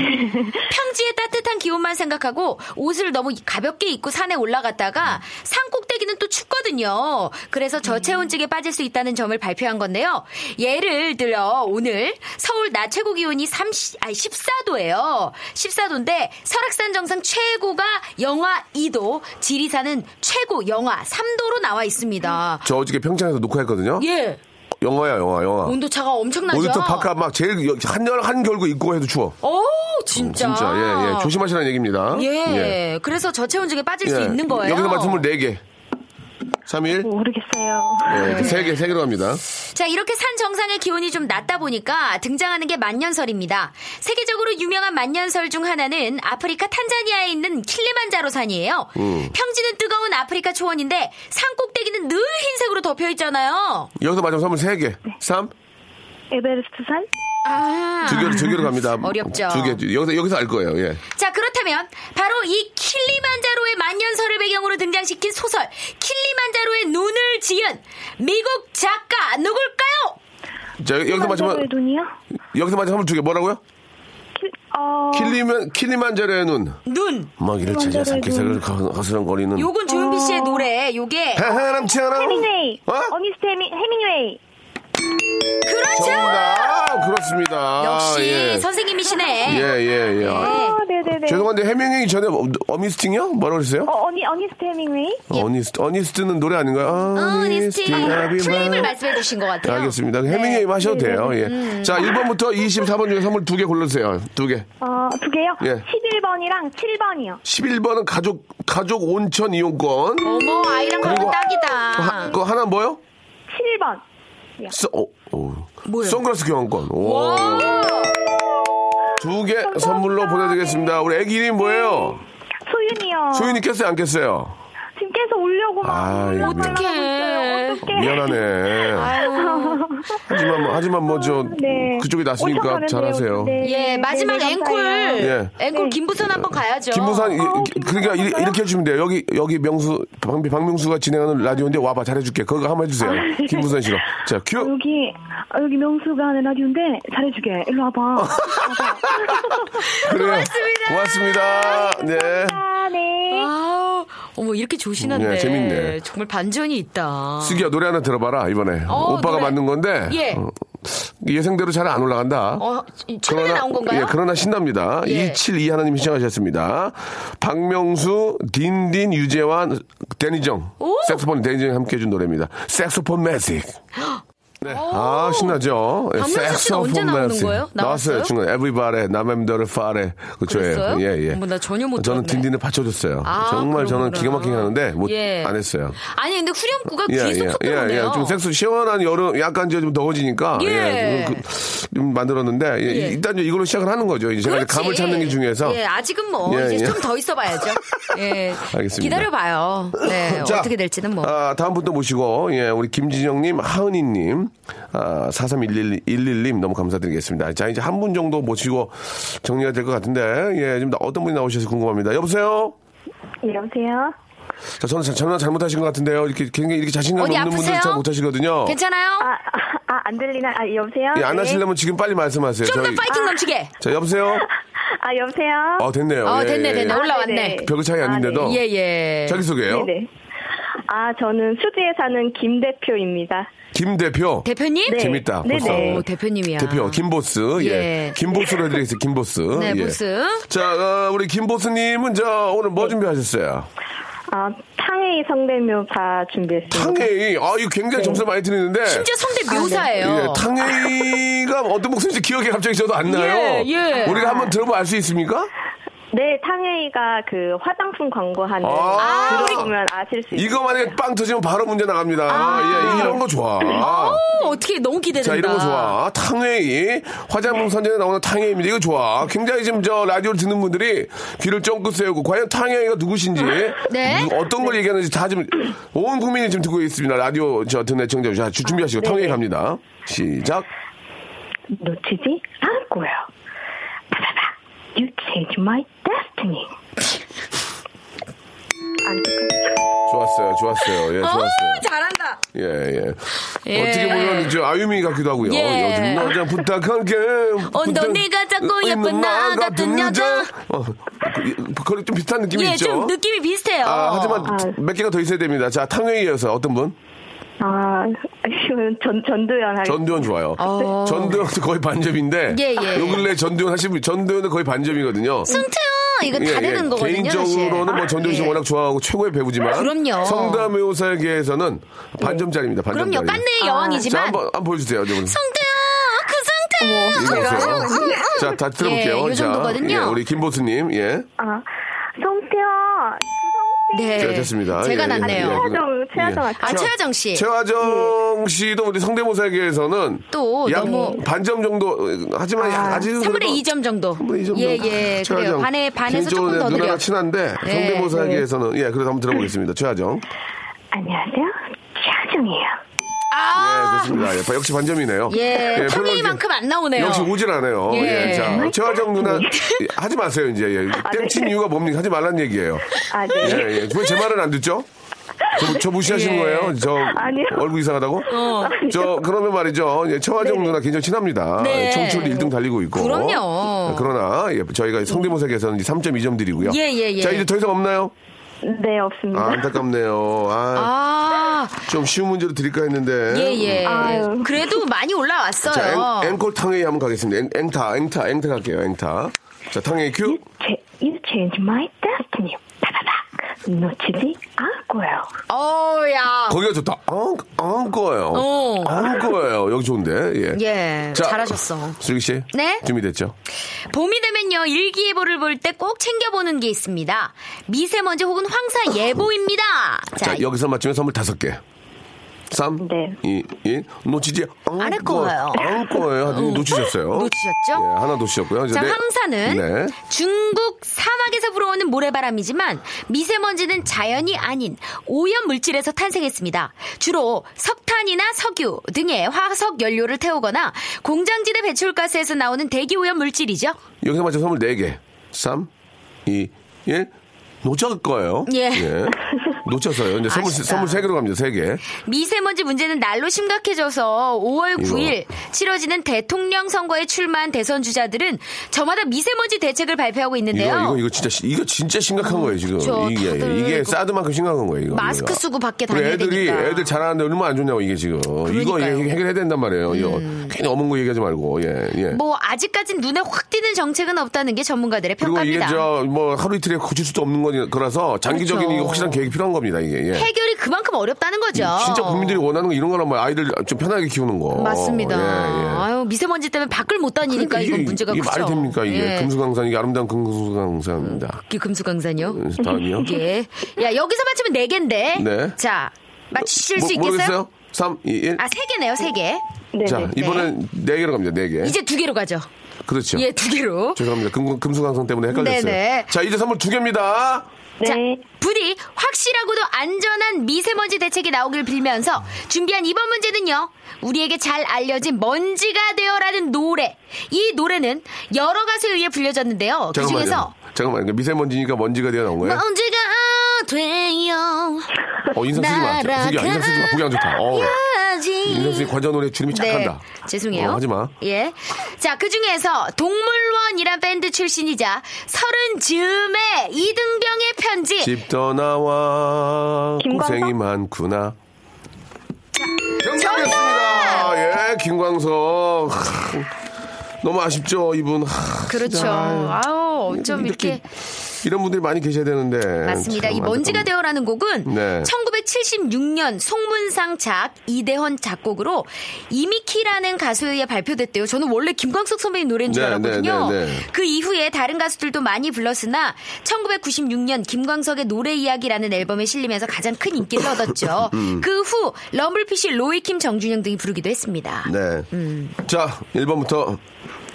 [SPEAKER 8] 평지의 따뜻한 기온만 생각하고 옷을 너무 가볍게 입고 산에 올라갔다가 산 꼭대기는 또 춥거든요. 그래서 저체온증에 빠질 수 있다는 점을 발표한 건데요. 예를 들어 오늘 서울 낮 최고 기온이 30, 아니 14도예요. 14도인데 설악산 정상 최고가 영하 2도, 지리산은 최고 영하 3도로 나와 있습니다.
[SPEAKER 2] 저 어저께 평창에서 녹화했거든요.
[SPEAKER 8] 예.
[SPEAKER 2] 영화야 영화 영화.
[SPEAKER 8] 온도차가 엄청나죠.
[SPEAKER 2] 오디터 바깥 막 제일 여- 한열 한결고 입고 해도 추워.
[SPEAKER 8] 오, 진짜.
[SPEAKER 2] 진짜 예, 예. 조심하시라는 얘기입니다.
[SPEAKER 8] 어, 예. 그래서 저체온증에 빠질 수
[SPEAKER 2] 예.
[SPEAKER 8] 있는 거예요.
[SPEAKER 2] 여기서 맞 24개. 3, 1.
[SPEAKER 3] 모르겠어요.
[SPEAKER 8] 네.
[SPEAKER 2] 예, 3개, 3개로 갑니다.
[SPEAKER 8] 자, 이렇게 산 정상의 기온이 좀 낮다 보니까 등장하는 게 만년설입니다. 세계적으로 유명한 만년설 중 하나는 아프리카 탄자니아에 있는 킬리만자로 산이에요.
[SPEAKER 2] 음.
[SPEAKER 8] 평지는 뜨거운 아프리카 초원인데 산 꼭대기는 늘 흰색으로 덮여 있잖아요.
[SPEAKER 2] 여기서 맞으면 선물 3개. 3.
[SPEAKER 3] 네. 에베레스트 산?
[SPEAKER 8] 아.
[SPEAKER 2] 2개로, 2개로 갑니다.
[SPEAKER 8] 어렵죠.
[SPEAKER 2] 2개. 여기서, 여기서 알 거예요. 예.
[SPEAKER 8] 자, 그렇다면 바로 이 킬리만자로의 만년설을 배경으로 등장시킨 소설 킬리만자로의 눈을 지은 미국 작가 누굴까요?
[SPEAKER 2] 자, 여기서
[SPEAKER 3] 만자로의
[SPEAKER 2] 맞으면,
[SPEAKER 3] 눈이요?
[SPEAKER 2] 여기서 맞으면 선물 2개. 뭐라고요?
[SPEAKER 3] 킬, 어,
[SPEAKER 2] 킬리만, 킬리만자로의 눈.
[SPEAKER 8] 눈.
[SPEAKER 2] 막 이를 찾아 산기색을 거스렁거리는.
[SPEAKER 8] 요건 조윤피 씨의 노래. 요게
[SPEAKER 2] 해남치아람
[SPEAKER 3] 헤밍웨이.
[SPEAKER 2] 어?
[SPEAKER 3] 어니스트 헤밍, 헤밍웨이.
[SPEAKER 8] 그렇죠.
[SPEAKER 2] 정답! 그렇습니다.
[SPEAKER 8] 역시
[SPEAKER 2] 예.
[SPEAKER 8] 선생님이시네.
[SPEAKER 2] 예, 예, 예. 아,
[SPEAKER 3] 아, 네네네.
[SPEAKER 2] 죄송한데 해밍웨이 전에 어- 어미스팅이요? 뭐라고 그랬어요?
[SPEAKER 3] 어, 어니, 어니스트 헤밍웨이?
[SPEAKER 2] 어니스트, 어니스트는 노래 아닌가요?
[SPEAKER 8] 예. 어니스티
[SPEAKER 2] 나비
[SPEAKER 8] 프레임을
[SPEAKER 2] 마-
[SPEAKER 8] 말씀해 주신 것
[SPEAKER 3] 네.
[SPEAKER 8] 같아요.
[SPEAKER 2] 알겠습니다. 해밍웨이 하셔도 돼요. 예.
[SPEAKER 3] 음.
[SPEAKER 2] 자, 1번부터 24번 중에 선물 두 개 골라주세요. 두 개.
[SPEAKER 3] 어, 두 개요?
[SPEAKER 2] 예.
[SPEAKER 3] 11번이랑 7번이요.
[SPEAKER 2] 11번은 가족, 가족 온천 이용권.
[SPEAKER 8] 어머 아이랑 가면
[SPEAKER 2] 그 하,
[SPEAKER 8] 딱이다.
[SPEAKER 2] 그 하나 뭐요?
[SPEAKER 3] 7번.
[SPEAKER 2] 써, 어, 어.
[SPEAKER 8] 뭐요?
[SPEAKER 2] 선글라스 교환권. 오.
[SPEAKER 8] 오,
[SPEAKER 2] 두 개 선물로 보내드리겠습니다. 우리 애기 이름 뭐예요?
[SPEAKER 3] 소윤이요.
[SPEAKER 2] 소윤이 깼어요? 안 깼어요?
[SPEAKER 3] 지금 깨서 울려고 막
[SPEAKER 2] 아, 이거
[SPEAKER 3] 올라가려고
[SPEAKER 2] 미안.
[SPEAKER 3] 있어요. 어떡해.
[SPEAKER 2] 미안하네. 하지만 뭐- 하지만 뭐 저
[SPEAKER 3] 아. 네.
[SPEAKER 2] 그쪽이 났으니까
[SPEAKER 3] 오셔가는데요.
[SPEAKER 2] 잘하세요.
[SPEAKER 3] 네,
[SPEAKER 9] 예,
[SPEAKER 3] 네,
[SPEAKER 9] 마지막
[SPEAKER 3] 네, 네,
[SPEAKER 9] 앵콜.
[SPEAKER 3] 감사해요. 네.
[SPEAKER 2] 예.
[SPEAKER 9] 앵콜 김부선 한번 가야죠.
[SPEAKER 2] 그렇죠. 김부산 이-
[SPEAKER 3] 어,
[SPEAKER 2] 이- 그러니까 이-
[SPEAKER 3] 김부산
[SPEAKER 2] 이렇게 해주면 돼요. 여기 여기 명수 박, 박명수가 진행하는 라디오인데 와봐 잘해줄게. 그거 한번 해주세요. 김부산 씨로. 자
[SPEAKER 3] 아,
[SPEAKER 2] 큐.
[SPEAKER 3] 여기 아, 여기 명수가 하는 라디오인데 잘해주게 일로 와봐.
[SPEAKER 2] 그래요. 고맙습니다. 고맙습니다. 네.
[SPEAKER 3] 아, 네.
[SPEAKER 5] 아, 어머 이렇게 조신한데.
[SPEAKER 2] 네, 재밌네.
[SPEAKER 5] 정말 반전이 있다.
[SPEAKER 2] 수기야 노래 하나 들어봐라 이번에
[SPEAKER 5] 어,
[SPEAKER 2] 오빠가
[SPEAKER 5] 노래.
[SPEAKER 2] 만든 건데
[SPEAKER 5] 예.
[SPEAKER 2] 어, 예상대로 잘 안 올라간다.
[SPEAKER 5] 어, 최근에 나온 건가요?
[SPEAKER 2] 예, 그러나 신납니다.
[SPEAKER 5] 예.
[SPEAKER 2] 272 하나님 시청하셨습니다. 박명수, 딘딘, 유재환, 데니정. 색소폰 데니정이 함께 해준 노래입니다. 색소폰 매직. 네. 아, 신나죠? 예,
[SPEAKER 5] 박명수 씨는 언제 나오는
[SPEAKER 2] 매직.
[SPEAKER 5] 거예요?
[SPEAKER 2] 나왔어요?
[SPEAKER 5] 나왔어요?
[SPEAKER 2] 중간에. 에브리바레, 나맴더를 파레. 그쵸, 예.
[SPEAKER 5] 그랬어요?
[SPEAKER 2] 예, 예.
[SPEAKER 5] 어머, 나 전혀 못
[SPEAKER 2] 저는
[SPEAKER 5] 들었네.
[SPEAKER 2] 딘딘을 받쳐줬어요.
[SPEAKER 5] 아,
[SPEAKER 2] 정말 저는
[SPEAKER 5] 그러구나.
[SPEAKER 2] 기가 막히게 하는데, 못,
[SPEAKER 5] 예.
[SPEAKER 2] 안 했어요.
[SPEAKER 5] 아니 근데 후렴구가
[SPEAKER 2] 예,
[SPEAKER 5] 귀에 쏙쏙 들어오네요.
[SPEAKER 2] 좀 섹스 시원한 여름 약간 이제 좀 더워지니까
[SPEAKER 5] 예.
[SPEAKER 2] 좀, 그- 좀 만들었는데 예,
[SPEAKER 5] 예.
[SPEAKER 2] 일단 이제 이걸로 시작을 하는 거죠. 아, 이제 제가 이제
[SPEAKER 5] 그렇지.
[SPEAKER 2] 감을 찾는 게 중요해서
[SPEAKER 5] 예, 아직은 뭐
[SPEAKER 2] 예,
[SPEAKER 5] 이제
[SPEAKER 2] 예.
[SPEAKER 5] 좀 더 있어봐야죠. 예,
[SPEAKER 2] 알겠습니다.
[SPEAKER 5] 기다려봐요. 네,
[SPEAKER 2] 자,
[SPEAKER 5] 어떻게 될지는 뭐.
[SPEAKER 2] 아, 다음 분 또 모시고 예, 우리 김진영님, 하은이님, 아, 43111님 너무 감사드리겠습니다. 자 이제 한 분 정도 모시고 정리가 될 것 같은데 예, 지금 나- 어떤 분이 나오셔서 궁금합니다. 여보세요.
[SPEAKER 3] 네, 여보세요.
[SPEAKER 2] 자, 저는 자- 전화 잘못하신 것 같은데요. 이렇게 굉장히 이렇게 자신감
[SPEAKER 5] 어디
[SPEAKER 2] 없는 분들
[SPEAKER 5] 아프세요?
[SPEAKER 2] 잘 못하시거든요.
[SPEAKER 5] 괜찮아요?
[SPEAKER 3] 아, 아, 안 들리나? 아, 여보세요?
[SPEAKER 2] 예, 안
[SPEAKER 3] 네.
[SPEAKER 2] 하시려면 지금 빨리 말씀하세요.
[SPEAKER 5] 좀 더
[SPEAKER 2] 저희-
[SPEAKER 5] 파이팅 넘치게.
[SPEAKER 2] 자 여보세요.
[SPEAKER 3] 아, 여보세요?
[SPEAKER 2] 어 됐네요.
[SPEAKER 5] 어,
[SPEAKER 2] 예,
[SPEAKER 5] 됐네,
[SPEAKER 2] 예,
[SPEAKER 5] 됐네.
[SPEAKER 2] 예.
[SPEAKER 5] 올라왔네.
[SPEAKER 3] 아, 네네.
[SPEAKER 2] 별 차이 아닌데도
[SPEAKER 3] 아,
[SPEAKER 5] 예, 예.
[SPEAKER 2] 자기 소개요.
[SPEAKER 3] 네. 네네. 아, 저는 수지에 사는 김 대표입니다.
[SPEAKER 2] 김 대표.
[SPEAKER 5] 대표님?
[SPEAKER 3] 네.
[SPEAKER 2] 재밌다. 벌써.
[SPEAKER 3] 네네.
[SPEAKER 5] 오, 대표님이야.
[SPEAKER 2] 대표 김보스 예,
[SPEAKER 5] 예.
[SPEAKER 2] 김보스로 해드리겠습니다 김보스
[SPEAKER 5] 네,
[SPEAKER 2] 예.
[SPEAKER 5] 보스. 네.
[SPEAKER 2] 자 어, 우리 김보스님은 저 오늘 뭐 준비하셨어요
[SPEAKER 3] 아, 탕웨이 성대묘사 준비했습니다.
[SPEAKER 2] 탕웨이 아 이거
[SPEAKER 5] 네.
[SPEAKER 2] 굉장히 점수 많이 드리는데
[SPEAKER 5] 심지어
[SPEAKER 3] 아,
[SPEAKER 5] 성대
[SPEAKER 3] 네.
[SPEAKER 5] 묘사예요.
[SPEAKER 2] 예, 탕웨이가 어떤 목소리인지 기억이 갑자기 저도 안 나요
[SPEAKER 5] 예, 예.
[SPEAKER 2] 우리가 한번 들어보면 알 수 있습니까
[SPEAKER 3] 네, 탕웨이가 그 화장품 광고하는
[SPEAKER 2] 아,
[SPEAKER 3] 아~
[SPEAKER 2] 우리-
[SPEAKER 3] 들어보면 아실 수 있어요.
[SPEAKER 2] 이거 만약에 빵 터지면 바로 문제 나갑니다
[SPEAKER 5] 아.
[SPEAKER 2] 예, 이런 거 좋아
[SPEAKER 5] 어, 어떻게 너무 기대된다.
[SPEAKER 2] 자, 이런 거 좋아. 탕웨이. 화장품 선전에 나오는 탕웨이입니다. 이거 좋아. 굉장히 지금 저 라디오를 듣는 분들이 귀를 쫑긋 세우고, 과연 탕웨이가 누구신지,
[SPEAKER 5] 네.
[SPEAKER 2] 누- 어떤 걸 얘기하는지 다 지금, 온 국민이 지금 듣고 있습니다. 라디오 저 듣는 애청자. 자, 주- 준비하시고, 탕웨이 갑니다. 시작.
[SPEAKER 3] 놓치지 않고요. 바바바, you change my destiny. 안 똑같아.
[SPEAKER 2] 좋았어요. 좋았어요. 예, 좋았어요.
[SPEAKER 5] 어, 잘한다.
[SPEAKER 2] 예, 예.
[SPEAKER 5] 예.
[SPEAKER 2] 어떻게 보면 저 아유미 같기도 하고요.
[SPEAKER 5] 예.
[SPEAKER 2] 요즘 여자 부탁할게.
[SPEAKER 5] 어, 너
[SPEAKER 2] 부탁-
[SPEAKER 5] 네가 자꾸 예쁜
[SPEAKER 2] 있는
[SPEAKER 5] 나 같은 여자.
[SPEAKER 2] 어, 그, 그, 좀 비슷한 느낌이
[SPEAKER 5] 예,
[SPEAKER 2] 있죠.
[SPEAKER 5] 좀 느낌이 비슷해요.
[SPEAKER 2] 아, 하지만
[SPEAKER 3] 아.
[SPEAKER 2] 몇 개가 더 있어야 됩니다. 자, 탕웨이 이어서 어떤 분?
[SPEAKER 3] 아, 이건 전, 전두현 할
[SPEAKER 2] 전두현 좋아요.
[SPEAKER 5] 어.
[SPEAKER 2] 전두현도 거의 반점인데.
[SPEAKER 5] 예, 예.
[SPEAKER 2] 요 근래 전두현 하신 분, 전두현은 거의 반점이거든요.
[SPEAKER 5] 승태야, 이거 다 되는 거거든요.
[SPEAKER 2] 예, 개인적으로는 뭐 전두현 씨
[SPEAKER 5] 예.
[SPEAKER 2] 워낙 좋아하고 최고의 배우지만.
[SPEAKER 5] 그럼요.
[SPEAKER 2] 성담묘사계에서는 반점짜리입니다, 반점짜리.
[SPEAKER 5] 그럼요, 빤네의
[SPEAKER 3] 아.
[SPEAKER 2] 자,
[SPEAKER 5] 여왕이지만. 아,
[SPEAKER 2] 한번, 한번 보여주세요, 여러분.
[SPEAKER 5] 성태야, 그 성태.
[SPEAKER 2] 자, 다 들어볼게요.
[SPEAKER 5] 예, 요 정도거든요.
[SPEAKER 2] 자, 예, 우리 김보수님, 예.
[SPEAKER 3] 아, 성태현, 구성태.
[SPEAKER 5] 네,
[SPEAKER 2] 자, 됐습니다. 예,
[SPEAKER 5] 제가
[SPEAKER 2] 예,
[SPEAKER 5] 났네요.
[SPEAKER 2] 예, 예.
[SPEAKER 3] 아, 최하정, 최하정 할게요.
[SPEAKER 5] 아, 최하정 씨.
[SPEAKER 2] 최화정 씨도 우리 성대모사계에서는
[SPEAKER 5] 음. 또
[SPEAKER 2] 약
[SPEAKER 5] 너무-
[SPEAKER 2] 반점 정도 하지만 아직
[SPEAKER 5] 3분의 2점 정도. 예, 예. 그래요. 반에, 반에서 조금 더
[SPEAKER 2] 누나가
[SPEAKER 5] 느려.
[SPEAKER 2] 친한데
[SPEAKER 5] 네.
[SPEAKER 2] 성대모사계에서는 예 그래서 한번 들어보겠습니다. 최하정.
[SPEAKER 3] 안녕하세요. 최하정이에요.
[SPEAKER 2] 예 그렇습니다. 예, 역시 반점이네요.
[SPEAKER 5] 아, 예,
[SPEAKER 2] 별로
[SPEAKER 5] 탕웨이만큼 안 나오네요.
[SPEAKER 2] 역시 오질 않아요. 예.
[SPEAKER 5] 예. 음. 아,
[SPEAKER 2] 자,
[SPEAKER 5] 네.
[SPEAKER 2] 최화정 누나 예, 하지 마세요 이제 예. 땡친 이유가 뭡니까? 하지 말라는 얘기예요.
[SPEAKER 3] 아, 네.
[SPEAKER 2] 예, 예. 왜 제 말은 안 듣죠? 저, 저 무시하시는
[SPEAKER 5] 예. 어.
[SPEAKER 2] 거예요? 저
[SPEAKER 3] 아니요.
[SPEAKER 2] 얼굴 이상하다고? 예. 저 그러면 말이죠. 예, 최화정 누나 굉장히 친합니다. 예,
[SPEAKER 5] 네.
[SPEAKER 2] 청출 1등 달리고 있고.
[SPEAKER 5] 그럼요.
[SPEAKER 2] 예, 그러나 예, 저희가 성대모사계에서는 3.2점 드리고요.
[SPEAKER 5] 예, 예, 예.
[SPEAKER 2] 자 이제 더 이상 없나요?
[SPEAKER 3] 네, 없습니다.
[SPEAKER 2] 아, 안타깝네요. 아,
[SPEAKER 5] 아,
[SPEAKER 2] 좀 쉬운 문제로 드릴까 했는데.
[SPEAKER 5] 예, 예.
[SPEAKER 3] 아유.
[SPEAKER 5] 그래도 많이 올라왔어요.
[SPEAKER 2] 자 앵, 앵콜 탕웨이 한번 가겠습니다. 앵, 앵타 앵타 앵타 갈게요. 앵타. 자 탕웨이 큐.
[SPEAKER 3] 제- You change my destiny. 바바박. 놓치지 않고요.
[SPEAKER 5] 어우야.
[SPEAKER 2] 거기가 좋다. 아, 엉, 엉 거예요.
[SPEAKER 5] 아. 어.
[SPEAKER 2] 엉 거예요. 여기 좋은데. 예.
[SPEAKER 5] 예,
[SPEAKER 2] 자,
[SPEAKER 5] 잘하셨어.
[SPEAKER 2] 슬기 씨.
[SPEAKER 9] 네?
[SPEAKER 2] 준비됐죠?
[SPEAKER 9] 봄이 되면요 일기예보를 볼 때 꼭 챙겨보는 게 있습니다. 미세먼지 혹은 황사 예보입니다.
[SPEAKER 2] 자,
[SPEAKER 9] 자,
[SPEAKER 2] 여기서 맞추면 선물 다섯 개. 3, 네. 2, 1. 놓치지
[SPEAKER 5] 않을 거예요.
[SPEAKER 2] 않을 거예요. 하더니
[SPEAKER 5] 음.
[SPEAKER 2] 놓치셨어요.
[SPEAKER 5] 놓치셨죠?
[SPEAKER 2] 예, 하나 놓치셨고요. 이제
[SPEAKER 5] 자,
[SPEAKER 2] 네.
[SPEAKER 5] 황사는
[SPEAKER 2] 네.
[SPEAKER 5] 중국 사막에서 불어오는 모래바람이지만 미세먼지는 자연이 아닌 오염 물질에서 탄생했습니다. 주로 석탄이나 석유 등의 화석 연료를 태우거나 공장지대 배출가스에서 나오는 대기 오염 물질이죠.
[SPEAKER 2] 여기서 맞춰 선물 4개. 3, 2, 1. 놓쳤을 거예요.
[SPEAKER 5] 예.
[SPEAKER 2] 놓쳤어요. 이제 선물,
[SPEAKER 5] 아쉽다.
[SPEAKER 2] 선물 3개로 갑니다. 3개.
[SPEAKER 5] 미세먼지 문제는 날로 심각해져서 5월 9일 치러지는 대통령 선거에 출마한 대선 주자들은 저마다 미세먼지 대책을 발표하고
[SPEAKER 2] 이거,
[SPEAKER 5] 있는데요.
[SPEAKER 2] 이거, 이거 진짜, 시- 이거 진짜 심각한 거예요, 지금.
[SPEAKER 5] 그쵸,
[SPEAKER 2] 이게,
[SPEAKER 5] 다들
[SPEAKER 2] 이게
[SPEAKER 5] 그-
[SPEAKER 2] 사드만큼 심각한 거예요, 이거.
[SPEAKER 5] 마스크
[SPEAKER 2] 이거.
[SPEAKER 5] 쓰고 밖에
[SPEAKER 2] 우리
[SPEAKER 5] 다녀야
[SPEAKER 2] 애들이
[SPEAKER 5] 되니까.
[SPEAKER 2] 애들 잘하는데 얼마나 안 좋냐고 이게 지금 이거
[SPEAKER 5] 그러니까요. 음.
[SPEAKER 2] 얘기- 해결해야 된단 말이에요. 이거 괜히 어문 거 얘기하지 말고 예 예.
[SPEAKER 5] 뭐 아직까진 눈에 확 띄는 정책은 없다는 게 전문가들의
[SPEAKER 2] 그리고 이게
[SPEAKER 5] 평가입니다.
[SPEAKER 2] 저 뭐 하루 이틀에 고칠 수도 없는 거니- 거라서 장기적인
[SPEAKER 5] 그렇죠.
[SPEAKER 2] 이거 확실한 계획이 필요한 겁니다 이게. 예.
[SPEAKER 5] 해결이 그만큼 어렵다는 거죠. 어,
[SPEAKER 2] 진짜 국민들이 원하는 거 이런 거란 말 아이들 좀 편하게 키우는 거.
[SPEAKER 5] 맞습니다.
[SPEAKER 2] 예, 예.
[SPEAKER 5] 아유 미세먼지 때문에 밖을 못 다니니까 이건 문제가
[SPEAKER 2] 이게
[SPEAKER 5] 크죠.
[SPEAKER 2] 말이 됩니까 이게
[SPEAKER 5] 예.
[SPEAKER 2] 금수강산 이게 아름다운 금수강산입니다.
[SPEAKER 5] 이게 금수강산이요?
[SPEAKER 2] 다음이요?
[SPEAKER 5] 예. 야 여기서 맞추면 네 개인데.
[SPEAKER 2] 네. 뭐,
[SPEAKER 5] 자 맞추실 수
[SPEAKER 2] 모- 모르겠어요?
[SPEAKER 5] 있겠어요?
[SPEAKER 2] 3, 2, 1.
[SPEAKER 5] 아 세 개네요, 세 개.
[SPEAKER 2] 자 이번엔 네 개로 갑니다. 네 개.
[SPEAKER 5] 이제 두 개로 가죠.
[SPEAKER 2] 그렇죠.
[SPEAKER 5] 예, 두 개로.
[SPEAKER 2] 죄송합니다. 금, 금수강산 때문에 헷갈렸어요.
[SPEAKER 5] 네네.
[SPEAKER 2] 자, 이제 선물 두 개입니다.
[SPEAKER 6] 네,
[SPEAKER 5] 자,
[SPEAKER 3] 네.
[SPEAKER 5] 부디 확실하고도 안전한 미세먼지 대책이 나오길 빌면서 준비한 이번 문제는요. 우리에게 잘 알려진 먼지가 되어라는 노래. 이 노래는 여러 가수에 의해 불려졌는데요. 그
[SPEAKER 2] 잠깐만요.
[SPEAKER 5] 중에서
[SPEAKER 2] 잠깐만요. 미세먼지니까 먼지가 되어 나온 거예요?
[SPEAKER 5] 먼지가 돼요. 뭐,
[SPEAKER 2] 어, 인상 쓰지 마. 보기 안, 인상 쓰지 마. 보기 안 좋다. 어. 인상 쓰기 관자 노래 주름이 착한다.
[SPEAKER 5] 네, 죄송해요.
[SPEAKER 2] 어, 하지 마.
[SPEAKER 5] 예. 자, 그 중에서 동물원이란 밴드 출신이자 서른 즈음의 이등병의 편지.
[SPEAKER 2] 집 떠나와
[SPEAKER 5] 김광석?
[SPEAKER 2] 고생이 많구나. 정답이었습니다. 예, 김광석. 하, 너무 아쉽죠, 이분. 하,
[SPEAKER 5] 그렇죠.
[SPEAKER 2] 진짜.
[SPEAKER 5] 아우, 어쩜 이렇게.
[SPEAKER 2] 이런 분들이 많이 계셔야 되는데.
[SPEAKER 5] 맞습니다.
[SPEAKER 2] 참
[SPEAKER 5] 이 먼지가
[SPEAKER 2] 안타깝네요.
[SPEAKER 5] 되어라는 곡은
[SPEAKER 2] 네.
[SPEAKER 5] 1976년 송문상 작 이대헌 작곡으로 이미키라는 가수에 의해 발표됐대요. 저는 원래 김광석 선배님 노래인 줄
[SPEAKER 2] 네,
[SPEAKER 5] 알았거든요.
[SPEAKER 2] 네, 네, 네.
[SPEAKER 5] 그 이후에 다른 가수들도 많이 불렀으나 1996년 김광석의 노래 이야기라는 앨범에 실리면서 가장 큰 인기를 얻었죠.
[SPEAKER 2] 음.
[SPEAKER 5] 그 후 럼블피쉬 로이킴 정준영 등이 부르기도 했습니다.
[SPEAKER 2] 네. 자, 1번부터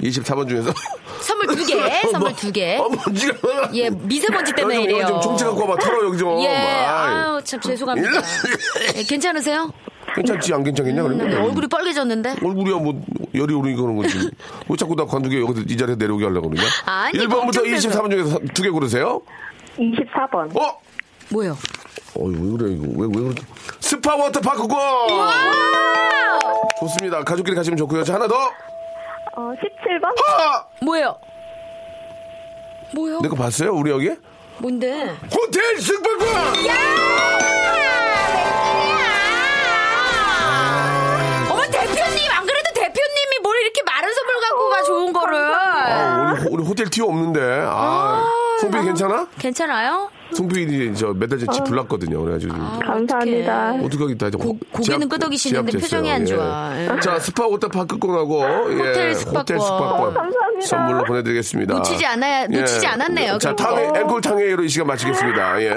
[SPEAKER 2] 24번 중에서.
[SPEAKER 5] 선물 두 개, 선물 두 개.
[SPEAKER 2] 먼지가.
[SPEAKER 5] 예, 미세먼지 때문에
[SPEAKER 2] 여기 좀- 여기
[SPEAKER 5] 이래요.
[SPEAKER 2] 좀 종치 갖고 와봐. 털어, 여기 좀.
[SPEAKER 5] 예,
[SPEAKER 2] 아이.
[SPEAKER 5] 아유 참 죄송합니다. 예, 괜찮으세요?
[SPEAKER 2] 괜찮지, 안 괜찮겠냐, 그러면?
[SPEAKER 5] 음, 얼굴이 빨개졌는데.
[SPEAKER 2] 얼굴이야, 뭐, 열이 오르니까 그런 거지. 왜 자꾸 나 관두게 여기서 이 자리에 내려오게 하려고 그러냐?
[SPEAKER 5] 아니,
[SPEAKER 2] 1번부터
[SPEAKER 5] 걱정돼서.
[SPEAKER 2] 24번 중에서 두 개 고르세요.
[SPEAKER 6] 24번.
[SPEAKER 2] 어?
[SPEAKER 5] 뭐요?
[SPEAKER 2] 어이, 왜 그래, 이거. 왜, 왜 그렇게. 스파 워터파크 고! 좋습니다. 가족끼리 가시면 좋고요. 자, 하나 더.
[SPEAKER 6] 어, 17번?
[SPEAKER 5] 뭐요? 뭐요?
[SPEAKER 2] 내 거 봤어요? 우리 여기?
[SPEAKER 5] 뭔데?
[SPEAKER 2] 호텔 숙박권!
[SPEAKER 5] 어머 대표님 안 그래도 대표님이 뭘 이렇게 마른 선물 갖고 가 좋은 거를.
[SPEAKER 2] 아, 우리, 호- 우리 호텔 티어 없는데. 아, 송비 괜찮아?
[SPEAKER 5] 괜찮아요?
[SPEAKER 2] 송비이 저몇 달 전에
[SPEAKER 5] 아.
[SPEAKER 2] 집 불났거든요. 그래가지고.
[SPEAKER 6] 감사합니다.
[SPEAKER 2] 어떻게 하겠다. 고,
[SPEAKER 5] 고개는 끄덕이시는데 표정이 안 좋아. 예.
[SPEAKER 2] 자, 스파 오타파 끝곡하고
[SPEAKER 5] 호텔
[SPEAKER 2] 예,
[SPEAKER 5] 숙박권.
[SPEAKER 2] 호텔 숙박권
[SPEAKER 6] 감사합니다.
[SPEAKER 2] 선물로 보내드리겠습니다. 예.
[SPEAKER 5] 놓치지 않아야- 놓치지 않았네요,
[SPEAKER 2] 자,
[SPEAKER 5] 그래도.
[SPEAKER 2] 탕웨이, 앵콜 탕웨이로 이 시간 마치겠습니다. 예.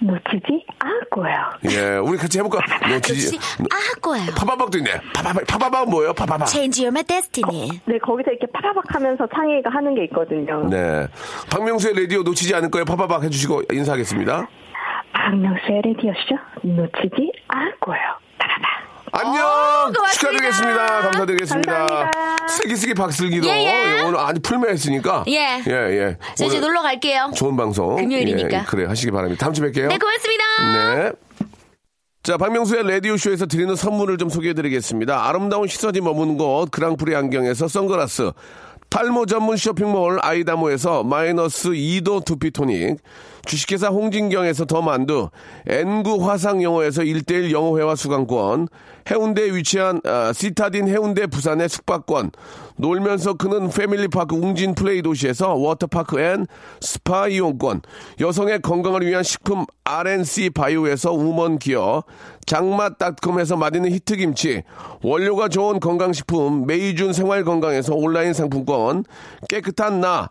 [SPEAKER 6] 놓치지 않고요.
[SPEAKER 2] 예, 우리 같이 해볼까? 놓치지.
[SPEAKER 5] 아 거예요.
[SPEAKER 2] 파바박도 있네. 파바박, 파바박 뭐예요? 파바박.
[SPEAKER 5] Change your destiny.
[SPEAKER 2] 어,
[SPEAKER 6] 네, 거기서 이렇게 파라박 하면서 창의가 하는 게 있거든요.
[SPEAKER 2] 네. 박명수의 라디오 놓치지 않을 거예요. 파바박 해주시고 인사하겠습니다.
[SPEAKER 6] 박명수의 라디오쇼 놓치지 않고요.
[SPEAKER 2] 안녕!
[SPEAKER 5] 어,
[SPEAKER 6] 고맙습니다.
[SPEAKER 2] 축하드리겠습니다. 감사드리겠습니다.
[SPEAKER 6] 감사합니다.
[SPEAKER 2] 슬기슬기 박슬기도
[SPEAKER 5] 예, 예.
[SPEAKER 2] 예, 오늘 아주 풀매했으니까.
[SPEAKER 5] 예.
[SPEAKER 2] 예, 예.
[SPEAKER 5] 저 이제
[SPEAKER 2] 오늘
[SPEAKER 5] 놀러 갈게요.
[SPEAKER 2] 좋은 방송.
[SPEAKER 5] 금요일이니까.
[SPEAKER 2] 예, 그래, 하시기 바랍니다. 다음 주에 뵐게요.
[SPEAKER 5] 네 고맙습니다.
[SPEAKER 2] 네. 자, 박명수의 라디오쇼에서 드리는 선물을 좀 소개해드리겠습니다. 아름다운 시선이 머무는 곳, 그랑프리 안경에서 선글라스, 탈모 전문 쇼핑몰 아이다모에서 마이너스 2도 두피토닉, 주식회사 홍진경에서 더 만두, N구 화상영어에서 1대1 영어회화 수강권, 해운대에 위치한 아, 시타딘 해운대 부산의 숙박권, 놀면서 크는 패밀리파크 웅진 플레이 도시에서 워터파크 앤 스파 이용권, 여성의 건강을 위한 식품 RNC 바이오에서 우먼 기어, 장맛닷컴에서 맛있는 히트김치, 원료가 좋은 건강식품 메이준 생활건강에서 온라인 상품권, 깨끗한 나,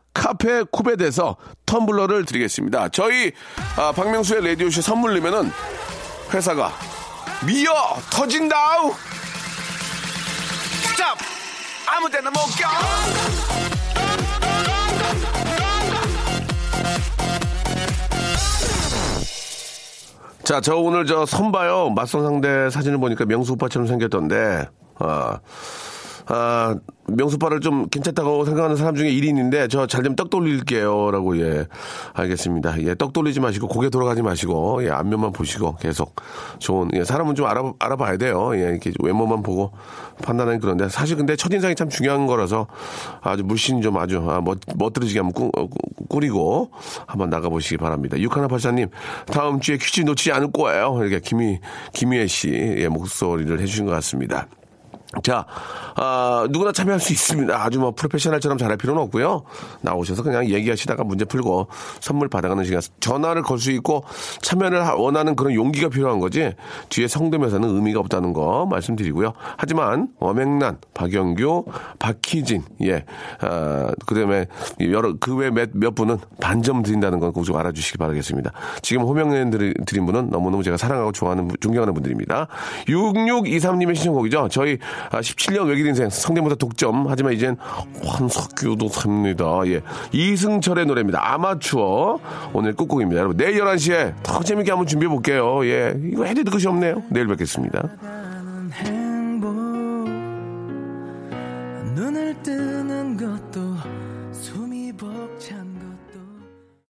[SPEAKER 2] 카페 쿠베에서 텀블러를 드리겠습니다. 저희 아, 박명수의 라디오쇼 선물리면은 회사가 미어 터진다우.
[SPEAKER 10] 스탑 아무데나 못 껴.
[SPEAKER 2] 자, 저 오늘 저 선봐요 맞선 상대 사진을 보니까 명수 오빠처럼 생겼던데, 아, 아, 명수 오빠를 좀 괜찮다고 생각하는 사람 중에 1인인데, 저 잘 좀 떡 돌릴게요. 라고, 예, 알겠습니다. 예, 떡 돌리지 마시고, 고개 돌아가지 마시고, 예, 안면만 보시고, 계속 좋은, 예, 사람은 좀 알아, 알아봐야 돼요. 예, 이렇게 외모만 보고 판단하는 그런데, 사실 근데 첫인상이 참 중요한 거라서, 아주 물씬 좀 아주, 아, 멋, 멋들어지게 한번 꾸, 어, 꾸- 꾸리고, 한번 나가보시기 바랍니다. 육하나 팔사님, 다음 주에 퀴즈 놓치지 않을 거예요. 이렇게 김희, 김희애 씨, 예, 목소리를 해주신 것 같습니다. 자, 아, 누구나 참여할 수 있습니다. 아주 뭐 프로페셔널처럼 잘할 필요는 없고요. 나오셔서 그냥 얘기하시다가 문제 풀고 선물 받아가는 시간. 전화를 걸 수 있고 참여를 하- 원하는 그런 용기가 필요한 거지. 뒤에 성대면서는 의미가 없다는 거 말씀드리고요. 하지만 엄행란, 박영규, 박희진, 예, 아, 그다음에 여러 그외 몇, 몇 분은 반점 드린다는 건 꼭 좀 알아주시기 바라겠습니다. 지금 호명연 드리- 드린 분은 너무너무 제가 사랑하고 좋아하는 분- 존경하는 분들입니다. 6623님의 신청곡이죠. 저희 아, 17년 외길 인생 성대모사 독점 하지만 이젠 환석규도 삽니다. 예, 이승철의 노래입니다. 아마추어 오늘 꾹꾹입니다. 여러분 내일 11시에 더 재밌게 한번 준비해 볼게요. 예, 이거 해도 끝이 없네요. 내일 뵙겠습니다.
[SPEAKER 11] 행복 눈을 뜨는 것도